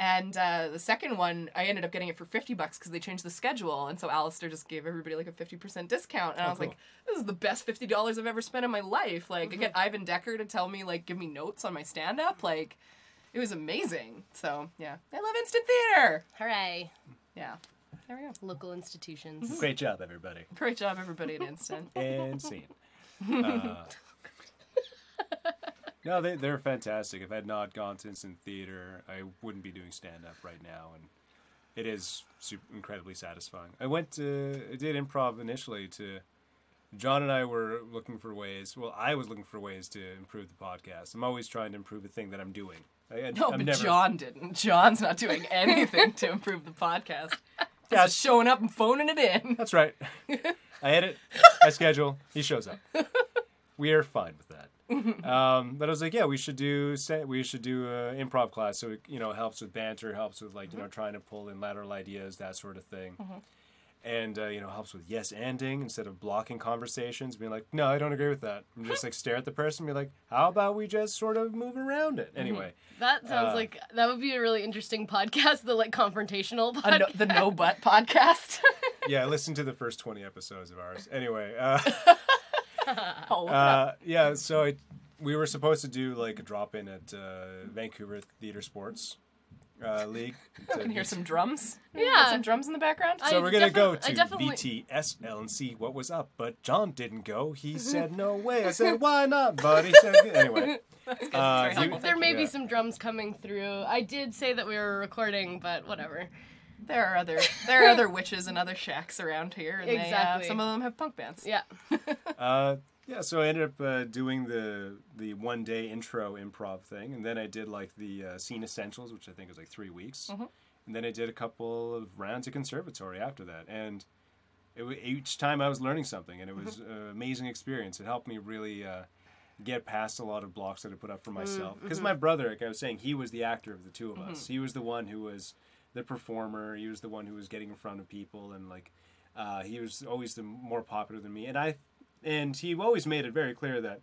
and uh, the second one, I ended up getting it for fifty bucks because they changed the schedule, and so Alistair just gave everybody like a fifty percent discount, and I was
cool.
like, "This is the best fifty dollars I've ever spent in my life." Like, I get Ivan Decker to tell me like give me notes on my stand up, like. It was amazing. So, yeah. I love instant theater.
hooray
Yeah. There we go. Mm-hmm.
local institutions
Great job, everybody.
Great job, everybody, at Instant.
and scene. Uh, no, they they're fantastic. If I had not gone to instant theater, I wouldn't be doing stand up right now, and it is super, incredibly satisfying. I went to I did improv initially to. John and I were looking for ways. Well, I was looking for ways to improve the podcast. I'm always trying to improve the thing that I'm doing. I, I-
No,
I'm
but
never-
John didn't. John's not doing anything to improve the podcast. He's
Yeah.
just showing up and phoning it in.
That's right. I edit, I schedule, he shows up. We are fine with that. Um, but I was like, yeah, we should do sa- we should do an improv class, so it you know helps with banter, helps with like you know trying to pull in lateral ideas, that sort of thing, and uh, you know helps with yes ending instead of blocking conversations, being like, no, I don't agree with that, and just like stare at the person, be like, how about we just sort of move around it anyway.
that sounds
Uh,
like that would be a really interesting podcast the like confrontational
A
podcast
no, the No Butt podcast.
Yeah, listen to the first twenty episodes of ours anyway. Uh,
oh, look it up.
Uh, yeah, so it, we were supposed to do like a drop in at uh, Vancouver Theater Sports uh, League.
I can hear some drums. You hear
Yeah.
Some drums in the background.
I-
so we're gonna go
defi- I
to
definitely-
VTSL and see what was up, but John didn't go. He said no way. I said why not, buddy? Anyway,
That's good.
Uh,
Very
you-
helpful.
There
Thank
may
you.
be
Yeah.
some drums coming through. I did say that we were recording, but whatever.
There are other there are other witches and other shacks around here. And They,
Exactly.
uh, some of them have punk bands.
Yeah.
Uh, yeah, so I ended up uh, doing the the one day intro improv thing, and then I did like the uh, scene essentials, which I think was like three weeks, and then I did a couple of rounds at conservatory after that, and it, wa- each time I was learning something, and it was an amazing experience. It helped me really. Uh, get past a lot of blocks that I put up for myself. Because my brother, like I was saying, he was the actor of the two of us. He was the one who was the performer. He was the one who was getting in front of people, and like uh, he was always the more popular than me. And I, and he always made it very clear that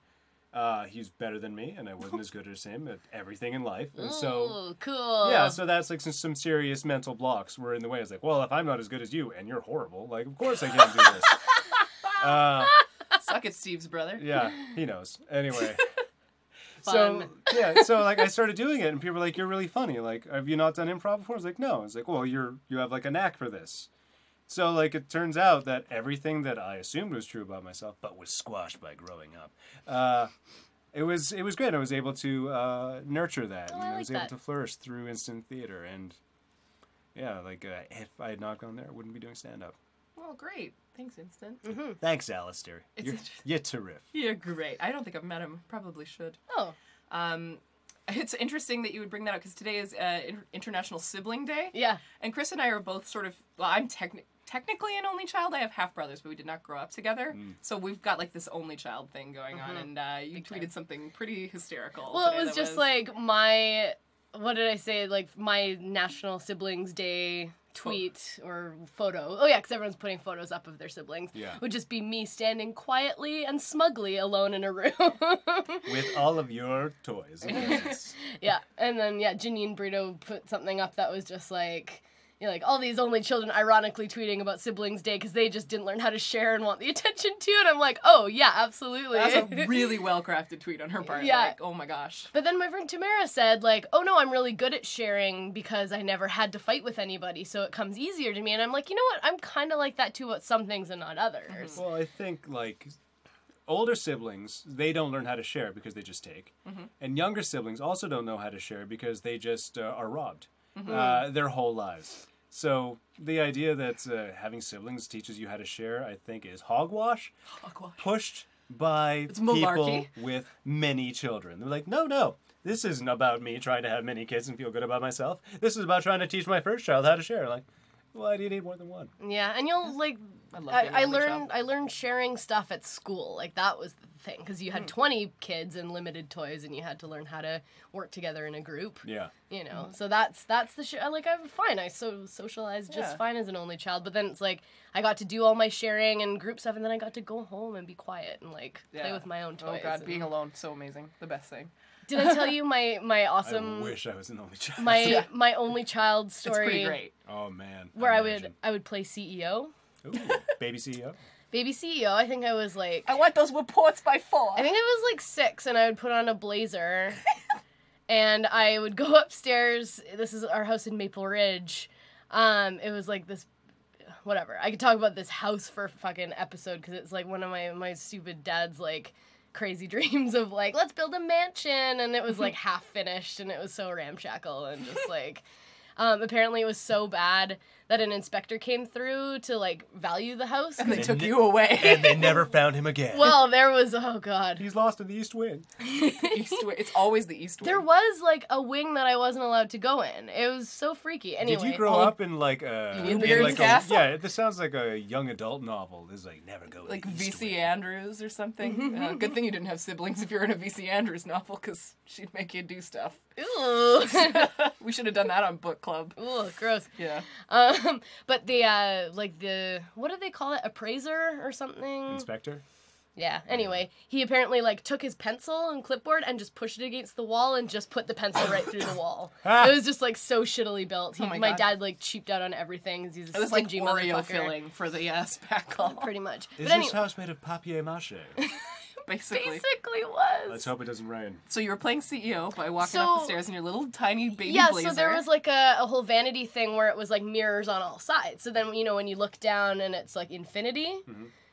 uh, he was better than me, and I wasn't as good as him at everything in life. And so.
Ooh, cool.
Yeah, so that's like some, some serious mental blocks were in the way. It's like, well, if I'm not as good as you and you're horrible, like, of course I can't do this. uh,
Suck it, Steve's brother.
yeah, he knows. Anyway. So
Fun.
yeah, so like I started doing it, and people were like, "You're really funny. Like, have you not done improv before?" I was like, "No." I was like, "Well, you're you have like a knack for this." So like it turns out that everything that I assumed was true about myself, but was squashed by growing up. Uh, it was it was great. I was able to uh, nurture that,
Oh,
and
I
I,
like
was able
that.
to flourish through instant theater. And yeah, like uh, if I had not gone there, I wouldn't be doing stand up.
Well, great. Thanks, Instant.
Mm-hmm.
Hmm.
Thanks, Alistair.
It's
You're,
interesting.
you're terrific.
You're great. I don't think I've met him. Probably should.
Oh,
Um, it's interesting that you would bring that up because today is uh, in- International Sibling Day.
yeah.
And Chris and I are both sort of. Well, I'm techni- technically an only child. I have half brothers, but we did not grow up together.
Hmm.
So we've got like this only child thing going on. And uh, you tweeted
Mm-hmm. time.
something pretty hysterical.
Well,
today
it was
that
just like my what did I say? Like my National Siblings Day tweet or photo. Oh yeah, because everyone's putting photos up of their siblings.
Yeah.
Would just be me standing quietly and smugly alone in a room.
with all of your toys. and presents.
yeah, and then yeah, Janine Brito put something up that was just like. You know, like all these only children ironically tweeting about siblings day because they just didn't learn how to share and want the attention too and i'm like oh yeah absolutely
That's a really well crafted tweet on her part.
Yeah.
Like, oh my gosh.
But then my friend Tamara said, like, oh no, I'm really good at sharing because I never had to fight with anybody, so it comes easier to me. And I'm like, you know what? I'm kind of like that too about some things and not others.
Well, I think like older siblings, they don't learn how to share because they just take, and younger siblings also don't know how to share because they just uh, are robbed uh, their whole lives. So the idea that uh, having siblings teaches you how to share, I think, is hogwash, pushed by people
malarkey.
with many children. They're like, no, no. This isn't about me trying to have many kids and feel good about myself. This is about trying to teach my first child how to share. Like, why do you need more than one?
Yeah, and you'll like.
Mm-hmm. I love
I,
being
I
an only
learned
child.
I learned sharing stuff at school. Like that was the thing because you had
Mm.
20 kids and limited toys, and you had to learn how to work together in a group.
Yeah.
you know
Mm.
so that's that's the shit like i'm fine i so socialized just
Yeah.
fine as an only child but then it's like i got to do all my sharing and group stuff and then i got to go home and be quiet and like play
Yeah.
with my own
Oh
toys
god,
and-
being alone so amazing. The best thing.
did i tell you my my
I
awesome
wish I was an only child.
my my only child
It's
story
pretty great.
Oh man.
where i would i would play ceo
would baby E CEO.
baby ceo i think i was like
I want those reports by four.
I think I was like six, and I would put on a blazer, and I would go upstairs. This is our house in Maple Ridge. Um, it was like this, whatever. I could talk about this house for a fucking episode because it's like one of my my stupid dad's like crazy dreams of like let's build a mansion, and it was like half finished, and it was so ramshackle and just like. Um, apparently it was so bad that an inspector came through to like value the house.
they took you away.
And they never found him again.
well, there was oh god.
he's lost in the East Wind.
east wing. It's always the east wing.
There was like a wing that I wasn't allowed to go in. It was so freaky. Anyway, oh,
Did you grow
all-
up in like a
In
in
Beard's
like a,
Castle?
yeah? This sounds like a young adult novel. This is like never go to
like
the East
VC
Wind.
Andrews or something. Uh, good thing you didn't have siblings if you were in a VC Andrews novel because she'd make you do stuff.
Oh, Ooh,
we should have done that on book club.
Ooh, gross.
Yeah.
Um, but the uh, like the what do they call it? Appraiser or something?
Inspector.
Yeah. Anyway, he apparently like took his pencil and clipboard and just pushed it against the wall and just put the pencil right through the wall.
Ah.
It was just like so shittily built. He,
my
my
God.
dad like cheaped out on everything. 'cause He's a
It was like
stingy
Oreo
motherfucker.
filling for the uh, spackle,
Pretty much.
Is
but
this
anyway,
house made of papier mâché?
basically.
basically was.
Let's hope it doesn't rain.
So you were playing CEO by walking up the
So-
stairs in your little tiny baby
yeah,
blazer.
so there was like a, a whole vanity thing where it was like mirrors on all sides. So then, you know, when you look down and it's like infinity,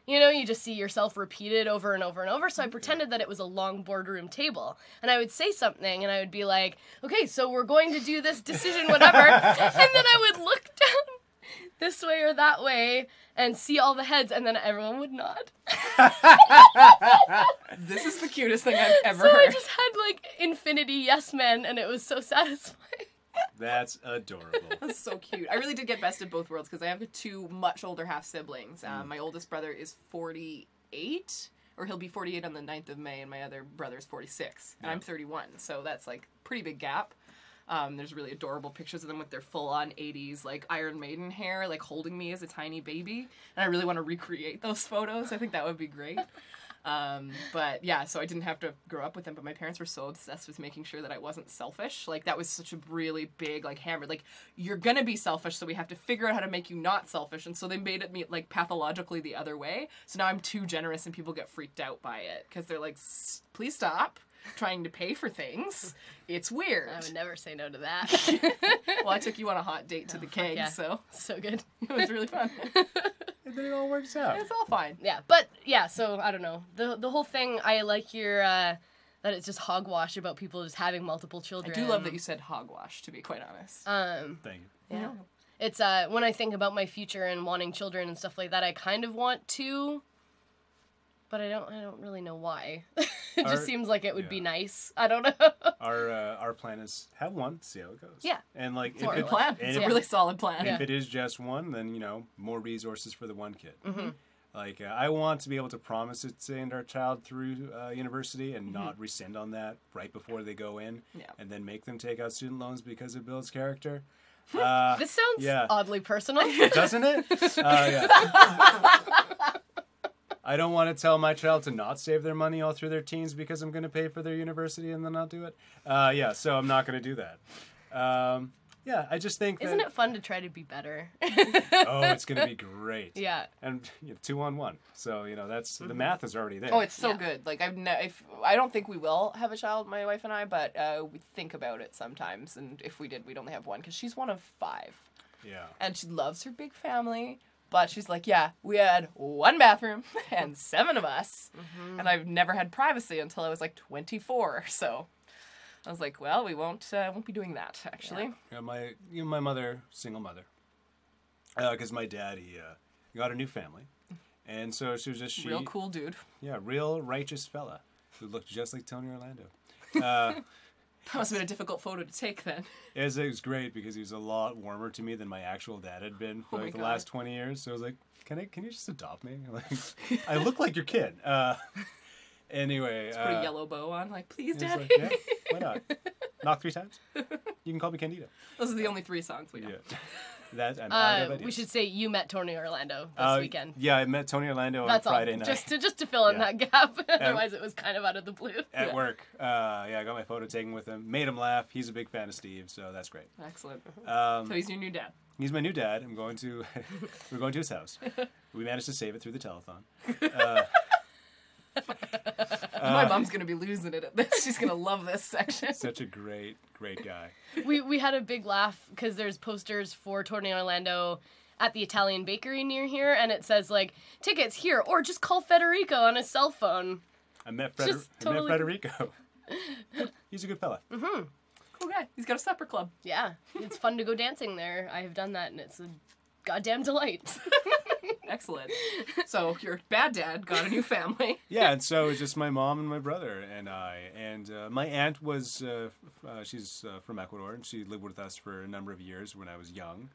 You know, you just see yourself repeated over and over and over. So I pretended that it was a long boardroom table. And I would say something and I would be like, okay, so we're going to do this decision, whatever. and then I would look down this way or that way and see all the heads and then everyone would nod.
This is the cutest thing I've ever
So I
heard.
just had like infinity yes men and it was so satisfying.
That's adorable.
That's so cute. I really did get best of both worlds because I have two much older half siblings. Um, my oldest brother is 48, or he'll be 48 on the 9th of May, and my other brother's 46, and I'm 31. So that's like pretty big gap. Um, there's really adorable pictures of them with their full-on 80s like Iron Maiden hair, like holding me as a tiny baby, and I really want to recreate those photos. I think that would be great. Um, but yeah, so I didn't have to grow up with them, but my parents were so obsessed with making sure that I wasn't selfish. Like that was such a really big like hammer. Like you're gonna be selfish, so we have to figure out how to make you not selfish. And so they made it me like pathologically the other way. So now I'm too generous, and people get freaked out by it because they're like, "S- please stop trying to pay for things. It's weird.
I would never say no to that.
well, I took you on a hot date to the keg,
yeah.
so
so good.
it was really fun.
and then it all works out.
it's all fine.
yeah but yeah so i don't know the the whole thing i like your uh that it's just hogwash about people just having multiple
I
children
do love that you said hogwash. To be quite honest.
um
Thank you.
yeah it's uh when i think about my future and wanting children and stuff like that i kind of want to but i don't i don't really know why it
Are-
just seems like it would be
yeah.
nice i don't know
Our uh, our plan is have one, see how it goes.
Yeah.
And like if
It's a
it,
good plan.
and
It's
if
a
it-
really solid plan.
and if it is just one, then you know more resources for the one kid.
Mm-hmm.
Like uh, I want to be able to promise to send our child through uh, university and
Mm-hmm.
not rescind on that right before they go in,
Yeah.
and then make them take out student loans because it builds character. Uh,
this sounds
Yeah.
oddly personal
doesn't it? Uh, yeah. I don't want to tell my child to not save their money all through their teens because I'm going to pay for their university and then not do it. Uh, yeah, so I'm not going to do that. Um, yeah, I just think
isn't
that,
it fun to try to be better
oh, it's going to be great.
yeah
And you know, two on one. So, you know, that's the math is already there.
Oh, it's so
Yeah.
good. Like I've ne- if I don't think we will have a child, my wife and I, but uh, we think about it sometimes. And if we did, we'd only have one because she's one of five,
yeah.
and she loves her big family. But she's like, yeah, we had one bathroom and seven of us, and I've never had privacy until I was like 24. So I was like, well, we won't uh, won't be doing that actually.
Yeah, my you know, my mother, single mother, because my dad he uh, got a new family, and so she was just she
Real cool dude.
Yeah, real righteous fella who looked just like Tony Orlando.
That must have been a difficult photo to take then.
It was, it was great because he was a lot warmer to me than my actual dad had been for
Oh my
like the
God.
last twenty years. So I was like, "Can I? Can you just adopt me? Like, I look like your kid." Uh, anyway,
Put
uh,
a yellow bow on, like, please,
I
dad.
was like, yeah, why not? Knock three times. You can call me Candido.
Those are the only three songs we know.
Yeah, that I'm out of
uh, we
ideas.
should say you met tony orlando this
Uh,
weekend
Yeah, I met Tony Orlando
That's
on Friday
all.
night.
Just to just to fill in
Yeah.
that gap. Otherwise, it was kind of out of the blue.
at
Yeah.
work. Uh, yeah, I got my photo taken with him. Made him laugh. He's a big fan of Steve, so that's great.
Excellent.
Um,
So he's your new dad.
he's my new dad. I'm going to. we're going to his house. We managed to save it through the telethon.
My mom's gonna be losing it at this. She's gonna love this section.
Such a great, great guy.
We we had a big laugh because there's posters for Tony Orlando at the Italian bakery near here, and it says like tickets here or just call Federico on his cell phone.
I met, Freder-
Just
I met
totally-
Federico. he's a good fella.
Cool guy. He's got a supper club.
Yeah, it's fun to go dancing there. I have done that, and it's a goddamn delight.
Excellent. So your bad dad got a new family.
Yeah, and so it's just my mom and my brother and I. And uh, my aunt was, uh, f- uh, she's uh, from Ecuador, and she lived with us for a number of years when I was young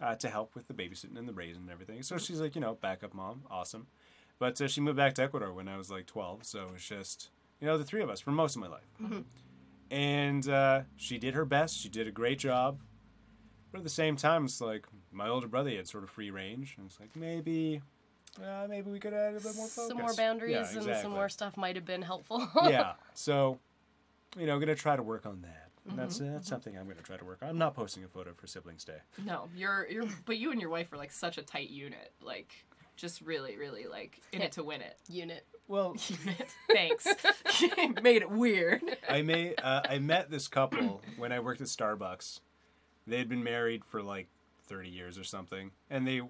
uh, to help with the babysitting and the raising and everything. So she's like, you know, backup mom, awesome. But uh, she moved back to Ecuador when I was like 12, so it's just, you know, the three of us for most of my life.
Mm-hmm.
And uh, she did her best, she did a great job. But at the same time, it's like my older brother he had sort of free range, and it's like maybe, uh, maybe we could add a bit more focus.
some more
Yeah,
boundaries and
exactly
some more stuff might have been helpful.
yeah. So, you know, gonna try to work on that. And That's
Mm-hmm.
uh, that's something I'm gonna try to work on. I'm not posting a photo for Siblings Day.
No, you're you're but you and your wife are like such a tight unit. Like just really, really like in it to win it.
Unit.
Well,
Unit. Thanks. Made it weird.
I may uh, I met this couple when I worked at Starbucks. They had been married for like 30 years or something, and they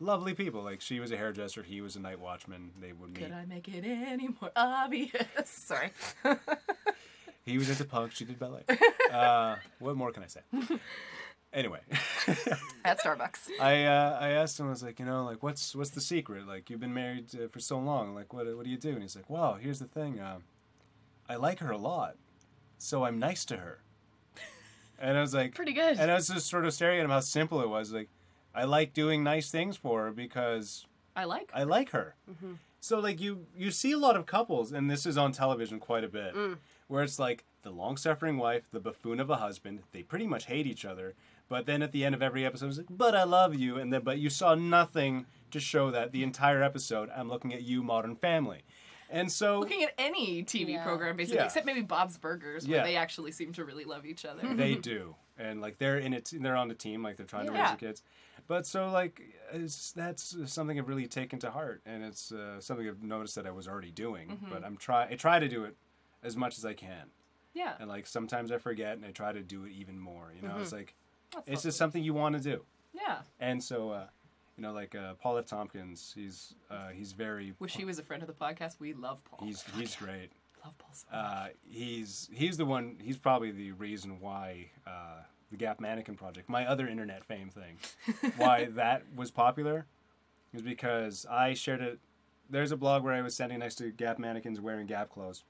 lovely people. Like she was a hairdresser, he was a night watchman. They would meet.
Could I make it any more obvious? Sorry.
He was into punk. She did ballet. uh, what more can I say? Anyway,
At Starbucks.
I uh, I asked him. I was like, you know, like what's what's the secret? Like you've been married uh, for so long. Like what what do you do? And he's like, well, here's the thing. Um, I like her a lot, so I'm nice to her. And I was like,
Pretty good.
And uh, I was just sort of staring at him how simple it was. Like, I like doing nice things for her because
I like.
I like her. So like you you see a lot of couples, and this is on television quite a bit, where it's like the long-suffering wife, the buffoon of a husband. They pretty much hate each other, but then at the end of every episode, it's like, "But I love you," and then but you saw nothing to show that the entire episode. I'm looking at you, Modern Family, and so
Looking at any TV
Yeah.
program, basically,
Yeah.
except maybe Bob's Burgers, where
Yeah.
they actually seem to really love each other.
they do, and like they're in it, they're on the team, like they're trying to raise
Mm-hmm. Yeah.
the kids. But so like it's, that's something I've really taken to heart, and it's uh, something I've noticed that I was already doing,
Mm-hmm.
but I'm try I try to do it as much as I can.
yeah.
and like sometimes I forget and I try to do it even more. You know, it's like
Mm-hmm. That's
it's
lovely.
just something you want to do,
Yeah.
and so uh, you know, like uh, Paul F. Tompkins, he's uh, he's very
Wish he was a friend of the podcast. We love Paul.
he's he's great.
love Paul so much.
Uh, he's he's the one. He's probably the reason why uh, the Gap Mannequin Project, my other internet fame thing, why that was popular, is because I shared it. There's a blog where I was standing next to Gap mannequins wearing Gap clothes.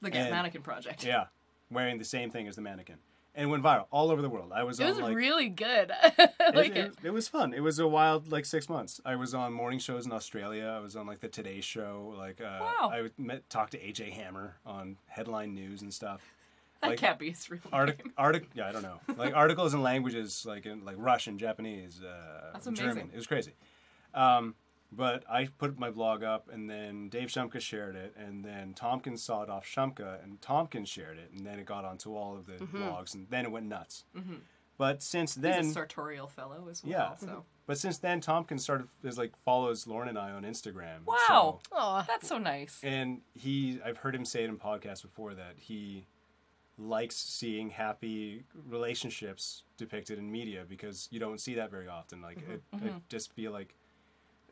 the Gas
Uh, and-
Mannequin Project.
Yeah, wearing the same thing as the mannequin, and it went viral all over the world. I was
it
on
was
like
really good. I like
it,
it.
it- it was fun. It was a wild like six months. I was on morning shows in Australia. I was on like the Today Show. Like uh,
Wow.
I would met, talk to AJ Hammer on headline news and stuff.
That
Like
can't be his real
artic,
name.
artic, yeah, I don't know. Like articles in languages like in like Russian, Japanese, uh,
That's amazing.
German. It was crazy. Um, but I put my blog up, and then Dave Shumka shared it, and then Tompkins saw it off Shumka, and Tompkins shared it, and then it got onto all of the blogs, and then it went nuts. But since then,
He's Mm-hmm. a sartorial fellow as well.
Yeah.
So
but since then, Tompkins started is like follows Lauren and I on Instagram.
Wow.
so-
Aw.
that's so nice.
and he, I've heard him say it in podcasts before that he likes seeing happy relationships depicted in media because you don't see that very often. Like,
Mm-hmm.
it, I just feel like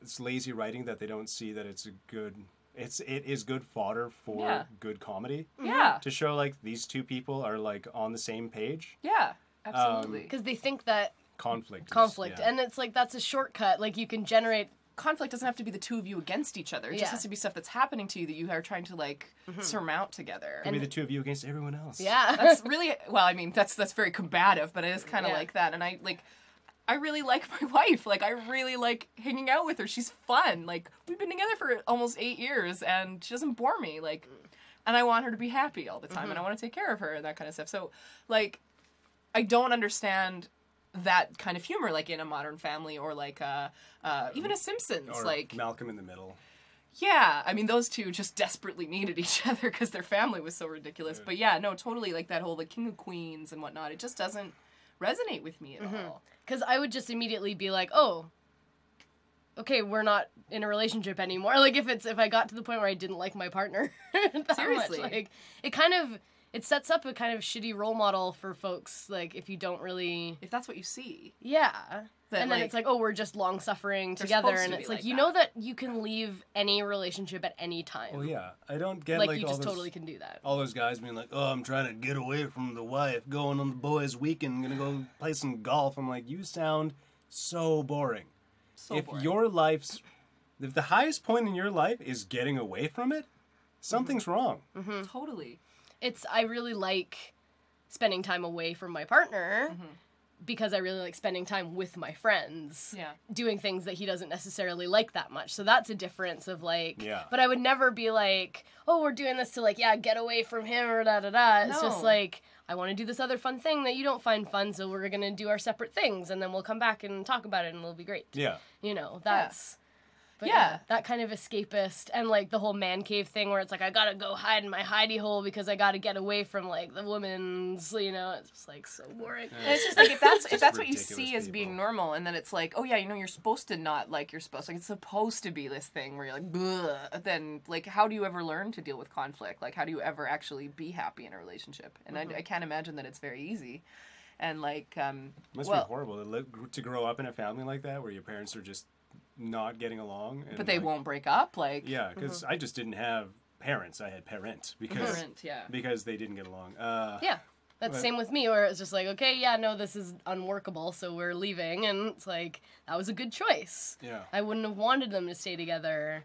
it's lazy writing that they don't see that it's a good. It's it is good fodder for
Yeah.
good comedy
Yeah.
to show like these two people are like on the same page.
Yeah.
Um,
Absolutely.
Because they think that
Conflict. is-
conflict,
yeah.
and it's like that's a shortcut. Like you can generate.
conflict doesn't have to be the two of you against each other. It
Yeah.
just has to be stuff that's happening to you that you are trying to like surmount together.
I mean, the two of you against everyone else.
Yeah.
that's really well, I mean, that's that's very combative, but it is kind of
Yeah.
like that. And I like I really like my wife. Like I really like hanging out with her. She's fun. Like we've been together for almost 8 years and she doesn't bore me. Like and I want her to be happy all the time and I want to take care of her and that kind of stuff. So like I don't understand that kind of humor like in a modern family or like uh, uh even a Simpsons
Or
like
Malcolm in the Middle.
yeah, I mean those two just desperately needed each other because their family was so ridiculous. But yeah, no, totally like that whole the King of Queens and whatnot. It just doesn't resonate with me at all.
Because I would just immediately be like, oh, okay, we're not in a relationship anymore. Like if it's if I got to the point where I didn't like my partner that
Seriously.
much, like it kind of it sets up a kind of shitty role model for folks. Like if you don't really,
If that's what you see,
yeah.
That,
and then
like-
it's like, oh, we're just long suffering together,
supposed
and
to be
it's like,
like
you
that.
know that you can leave any relationship at any time.
Well, Oh, yeah, I don't get
like,
like,
you
all
just
those
totally can do that.
all those guys being like, "Oh, I'm trying to get away from the wife, going on the boys' weekend, gonna go play some golf." I'm like, you sound so boring.
so
if
boring.
your life's if the highest point in your life is getting away from it, something's
Mm-hmm.
wrong.
Mm. totally
it's I really like spending time away from my partner
Mm-hmm.
because I really like spending time with my friends.
Yeah.
Doing things that he doesn't necessarily like that much. So that's a difference of like
Yeah.
but I would never be like, "Oh, we're doing this to like yeah, get away from him or da da da." It's just
No.
like I want to do this other fun thing that you don't find fun, so we're going to do our separate things and then we'll come back and talk about it and it'll be great.
Yeah,
You know, that's but
Yeah.
that kind of escapist and like the whole man cave thing where it's like I gotta go hide in my hidey hole because I gotta get away from like the woman's, you know, it's just like so boring.
And it's just like if that's if
Just
that's what you see
ridiculous
as being
people.
normal, and then it's like, oh yeah, you know, you're supposed to not like you're supposed like it's supposed to be this thing where you're like, Bleh. then like how do you ever learn to deal with conflict? Like how do you ever actually be happy in a relationship? And I, I can't imagine that it's very easy. And like, um,
must
well,
be horrible to, live, to grow up in a family like that where your parents are just not getting along. And
But they
like-
won't Mm-hmm. break up. Like
Yeah, because I just didn't have parents. I had parent because
Parent, yeah.
because they didn't get along. Uh,
Yeah. That's
Well-
same with me, where it's just like, okay, yeah, no, this is unworkable, so we're leaving. And it's like, that was a good choice.
Yeah.
I wouldn't have wanted them to stay together.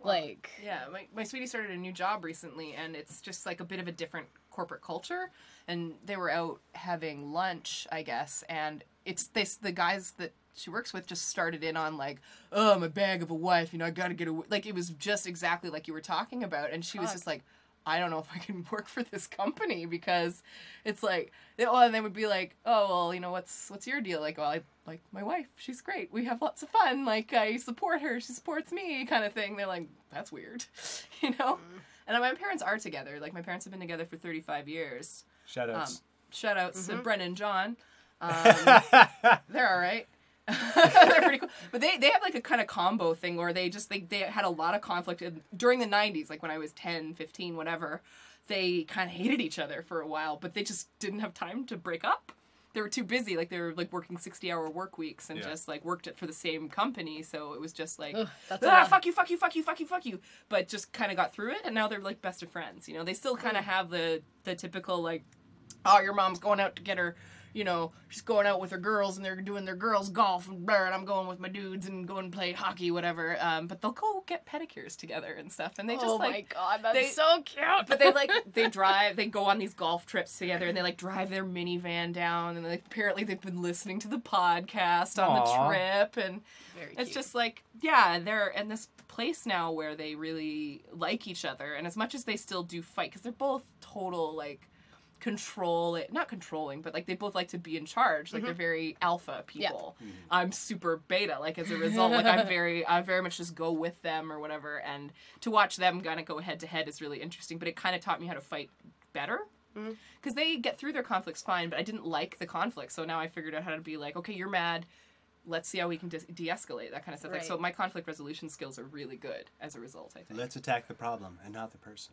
like,
Yeah, my, my sweetie started a new job recently, and it's just like a bit of a different corporate culture. And they were out having lunch, I guess, and it's this the guys that she works with just started in on like, oh, I'm a bag of a wife, you know, I gotta get away. Like it was just exactly like you were talking about, and she was just like. I don't know if I can work for this company because it's like oh and they would be like oh well you know what's what's your deal like well I like my wife she's great we have lots of fun like I support her she supports me kind of thing they're like that's weird you know and my parents are together like my parents have been together for 35 years
Shout
um,
outs.
shout outs
Mm-hmm.
to Brendan and John um, they're all right. They're pretty cool, but they they have like a kind of combo thing where they just they they had a lot of conflict in, during the '90s, like when I was 10, 15, whatever. They kind of hated each other for a while, but they just didn't have time to break up. They were too busy, like they were like working sixty-hour work weeks and
Yeah.
just like worked it for the same company, so it was just like,
Ugh, that's a
ah,
lot."
fuck you, fuck you, fuck you, fuck you, fuck you. But just kind of got through it, and now they're like best of friends. You know, they still
Mm.
kind of have the the typical like oh, your mom's going out to get her, you know, she's going out with her girls and they're doing their girls golf and blah, and I'm going with my dudes and going and play hockey, whatever. Um, but they'll go get pedicures together and stuff, and they just
oh my
like.
god, that's
they-
so cute.
But they like they drive, they go on these golf trips together, and they like drive their minivan down, and like, apparently they've been listening to the podcast on
Aw.
the trip, and
Very
it's
cute.
just like yeah they're in this place now where they really like each other and as much as they still do fight because they're both total like control it not controlling but like they both like to be in charge like they're
Mm-hmm.
very alpha people i'm super beta like as a result like i'm very i very much just go with them or whatever and to watch them kind of go head to head is really interesting but it kind of taught me how to fight better because they get through their conflicts fine but i didn't like the conflict so now i figured out how to be like okay you're mad let's see how we can de- de-escalate that kind of stuff like so
Right.
my conflict resolution skills are really good as a result i think
Let's attack the problem and not the person.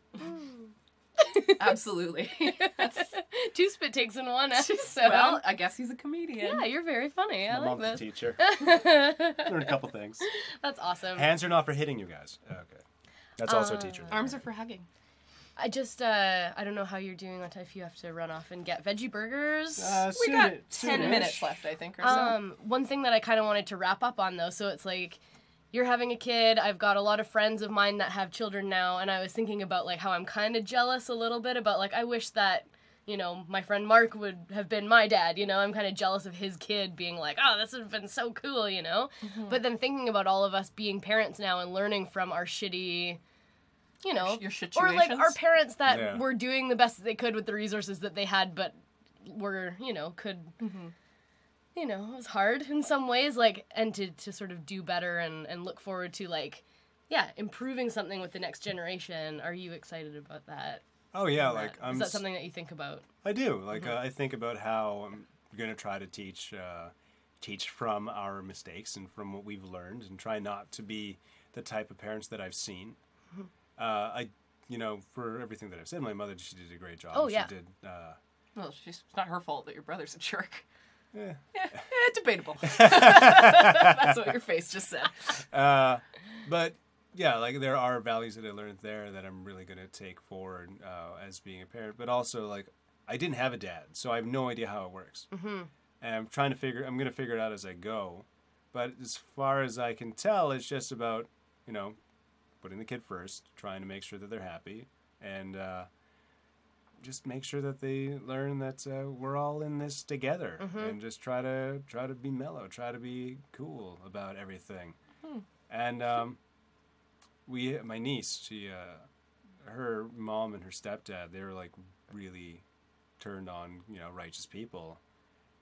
absolutely That's-
Two spit takes in one episode.
well i guess he's a comedian
yeah, you're very funny. I
My
like
mom's a
this.
teacher. Learned a couple things.
That's awesome.
Hands are not for hitting you guys. Okay. That's
Uh,
also a teacher. thing,
arms
right?
are for hugging
I just, uh, I don't know how you're doing on time if you have to run off and get veggie burgers.
Uh,
we
soon-
got 10
soonish.
minutes left i think or so
Um, one thing that I kind of wanted to wrap up on though, so it's like you're having a kid. I've got a lot of friends of mine that have children now, and I was thinking about like how I'm kind of jealous a little bit about like I wish that you know my friend Mark would have been my dad. You know, I'm kind of jealous of his kid being like, oh, this has been so cool. You know, but then thinking about all of us being parents now and learning from our shitty. You know,
Your
or like our
situations.
parents that
Yeah.
were doing the best that they could with the resources that they had, but were you know could
Mm-hmm.
you know, it was hard in some ways, like, and to, to sort of do better and, and look forward to, like, yeah, improving something with the next generation. Are you excited about that?
Oh yeah,
Matt?
like
Is
I'm.
that
s-
something Mm-hmm. that you think about?
I do. Like uh, I think about how I'm going to try to teach uh, teach from our mistakes and from what we've learned, and try not to be the type of parents that I've seen.
Mm-hmm.
Uh, I, you know, for everything that I've said, my mother she did a great job.
Oh,
she
yeah.
did. Uh,
well she's- it's not her fault that your brother's a jerk yeah, eh, debatable. That's what your face just said.
uh, but yeah, like there are values that I learned there that I'm really going to take forward uh, as being a parent. But also, like, I didn't have a dad, so I have no idea how it works. Mm-hmm. And I'm trying to figure. I'm going to figure it out as I go. But as far as I can tell, it's just about you know putting the kid first, trying to make sure that they're happy, and uh, just make sure that they learn that uh, we're all in this together, and just try to try to be mellow, try to be cool about everything. And um, we, my niece, she, uh, her mom and her stepdad, they were like really turned on, you know, righteous people,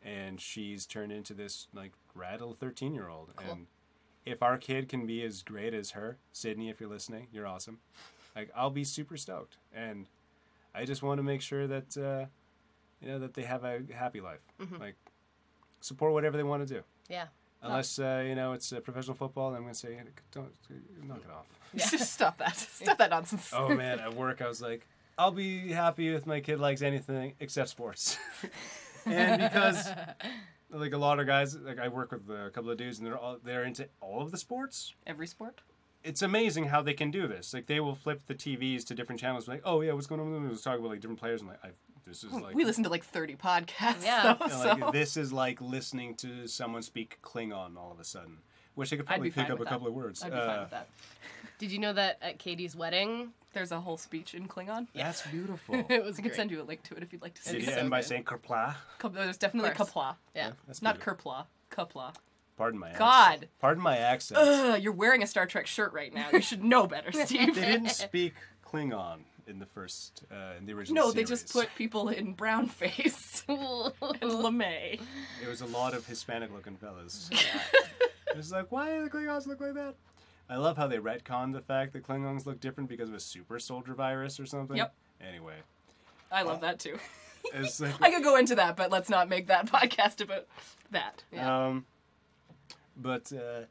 and she's turned into this like rad little thirteen year old. And if our kid can be as great as her, Sydney, if you're listening, you're awesome. Like I'll be super stoked, and I just want to make sure that uh, you know that they have a happy life. Like support whatever they want to do.
Yeah.
Unless uh, you know it's uh, professional football, then I'm gonna say don't knock it off.
Stop that. Stop that nonsense.
oh man, at work I was like, I'll be happy if my kid likes anything except sports, and because like a lot of guys. Like I work with a couple of dudes, and they're all they're into all of the sports.
Every sport.
It's amazing how they can do this. Like they will flip the TVs to different channels. Like, oh yeah, what's going on? with them? Let's talk about like different players. And like, I, this is like
we listen to like 30 podcasts.
Yeah.
though,
And,
so.
like this is like listening to someone speak Klingon all of a sudden. Which I could
I'd be
probably pick
fine
up a
with that.
couple of words.
I'd be fine
Uh,
with that.
Did you know that at Katie's wedding,
There's a whole speech in Klingon.
That's beautiful.
it was
I could
great.
send you a link to it if you'd like to see
Did
it.
you
so
end by
good.
saying kerpla?
Ka- There's definitely
course.
kapla.
Yeah.
That's
Not
beautiful.
kerpla. Kapla.
Pardon my
God.
accent. Pardon my accent.
Ugh, you're wearing a Star Trek shirt right now. You should know better, Steve.
They didn't speak Klingon in the first uh, in the original.
no, they just
series.
put people in brown face and lame.
It was a lot of Hispanic-looking fellas. it was like, why do the Klingons look like that? I love how they retconned the fact that Klingons look different because of a super soldier virus or something.
Yep.
Anyway,
I love that too.
it's like
I could go into that, but let's not make that podcast about that.
Um, but uh,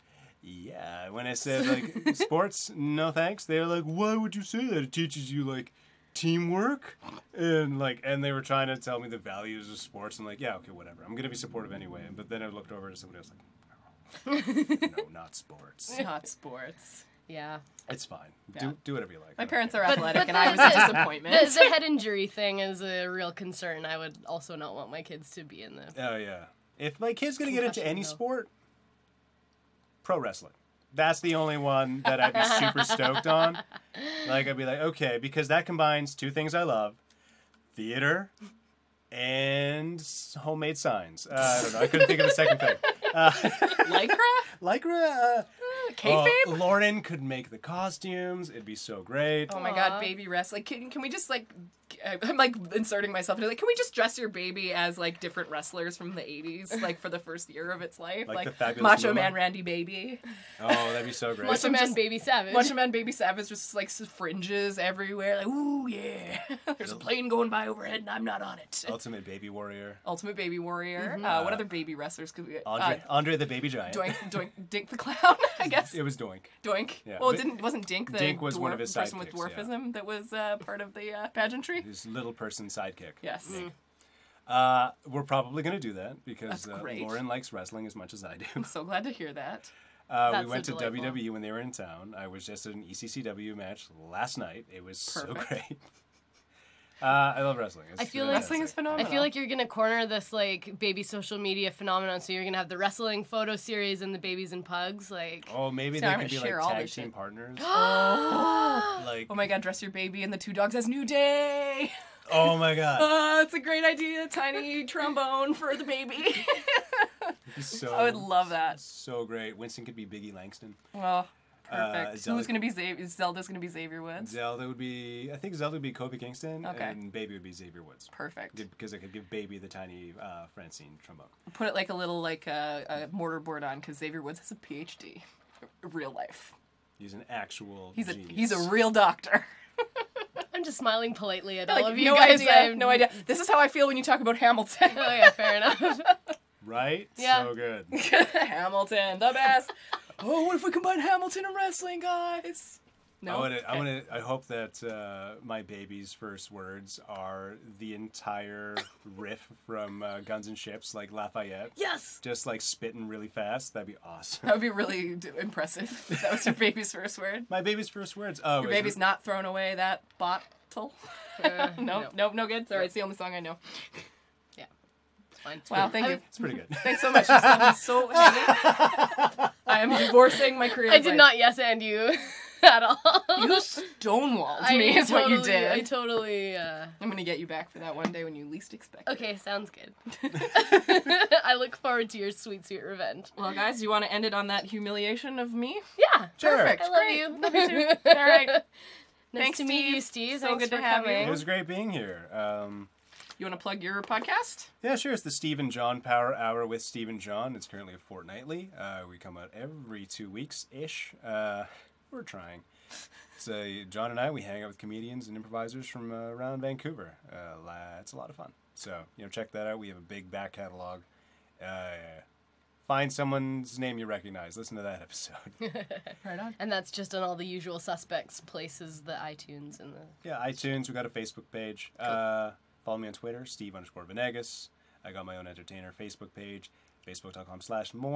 yeah, when I said like sports, no thanks. They were like, "Why would you say that? It teaches you like teamwork and like." And they were trying to tell me the values of sports, and like, yeah, okay, whatever. I'm gonna be supportive anyway. But then I looked over to somebody else, like, no, not sports.
Not sports.
yeah.
It's fine.
Yeah.
Do do whatever you like.
My
I don't
parents
care."
are athletic,
but
and I was
this
a
is- The,
disappointment.
the head injury thing is a real concern. I would also not want my kids to be in the.
Oh yeah. If my kid's gonna get into
Concussion,
any
though.
sport, pro wrestling. That's the only one that I'd be super stoked on. Like I'd be like, okay, because that combines two things I love: theater and s- homemade signs. Uh, I don't know. I couldn't think of a second thing. Uh,
Lycra?
Lycra. Uh,
Kayfabe?
uh, Lauren could make the costumes. It'd be so great.
Oh my
Aw.
god, baby wrestling. Like, can, can we just like, uh, I'm like inserting myself into like, can we just dress your baby as like different wrestlers from the 80s, like for the first year of its life?
Like the Fabulous
Macho
Moolah?
Man Randy Baby.
Oh, that'd be so great.
Macho
some
Man
just-
Baby Savage.
Macho Man Baby Savage just like s- fringes everywhere. Like, ooh, yeah. There's a plane going by overhead and I'm not on it.
Ultimate Baby Warrior.
Ultimate Baby Warrior. Uh, what other baby wrestlers could we get? Uh,
Andre, Andre the Baby Giant.
Doink, Doink, Dink the Clown, I guess.
It was Doink.
Doink.
Yeah,
well, it
but-
didn't wasn't Dink the
Dink was
dwarf,
one of his
person with
sidekicks, yeah. Mm-hmm.
dwarfism that was uh, part of the uh, pageantry.
His little person sidekick.
Yes.
Uh, we're probably going to do that because
That's
uh,
great.
Lauren likes wrestling as much as I do.
I'm so glad to hear that.
Uh,
That's
we
so
went to
delightful.
WWE when they were in town. I was just at an E ECCW match last night. It was so
Perfect.
great. Uh, I love wrestling. It's
I feel like-
fantastic.
Wrestling is phenomenal.
I feel like you're gonna corner this like baby social media phenomenon. So you're gonna have the wrestling photo series and the babies and pugs. Like,
Oh, maybe
Sorry,
they
I'm
could be
gonna
like
share all
tag
this
team
shit.
partners.
Oh.
like,
Oh my god, dress your baby and the two dogs as New Day.
oh my god,
Uh, it's a great idea. Tiny trombone for the baby.
It'd be so
I would love that.
so great. Winston could be Biggie Langston.
Well,
Uh,
perfect.
Zelda-
Who's gonna be Xavier? Zelda's gonna be Xavier Woods.
Zelda would be. I think Zelda would be Kobe Kingston,
Okay.
and Baby would be Xavier Woods.
Perfect.
Good, Because I could give Baby the tiny uh, Francine trombone.
Put it like a little like a, a mortar board on because Xavier Woods has a PhD, in real life.
He's an actual.
He's a
genius.
he's a real doctor.
I'm just smiling politely at all
like
of you
no
guys.
idea,
I'm-
no idea. This is how I feel when you talk about Hamilton.
Oh yeah, fair enough.
Right?
Yeah.
So good.
Hamilton, the best. oh, what if we combine Hamilton and wrestling, guys? No.
I want to. I
Okay.
want to. I hope that uh, my baby's first words are the entire riff from uh, Guns and Ships, like Lafayette,
yes.
just like spitting really fast. That'd be awesome.
That would be really d- impressive. if That was your baby's first word.
My baby's first words. Oh,
Your
is-
baby's not thrown away that bottle.
Uh,
No, no, no good. Sorry, it's the only song I know.
Yeah. It's fine.
Wow, thank you.
It's pretty good.
Thanks so much. This is so amazing. I am divorcing my career.
I did not yes and you at all.
You stonewalled
I
me, is what you
totally- I
did.
totally. Uh,
I'm gonna get you back for that one day when you least expect it.
okay, sounds good. I look forward to your sweet, sweet revenge.
Well, guys, do you want to end it on that humiliation of me?
Yeah.
Sure.
Perfect.
I love
Great.
you.
Love you too. All right.
Nice
Thanks,
to meet you,
Steve.
Steve.
So
Thanks
good
for
to have
coming.
It
you.
was great being here. Um,
You want to plug your podcast?
yeah, sure. It's the Steve and John Power Hour with Steve and John. It's currently fortnightly. Uh, we come out every two weeks ish. Uh, we're trying. So John and I, we hang out with comedians and improvisers from uh, around Vancouver. Uh, la- it's a lot of fun. So you know, check that out. We have a big back catalog. Uh, find someone's name you recognize. Listen to that episode.
Right on.
And that's just on all the usual suspects places, the iTunes and the.
yeah, iTunes. We got a Facebook page. Uh, follow me on Twitter, Steve underscore Venegas. I got my own entertainer Facebook page, facebook.com slash more.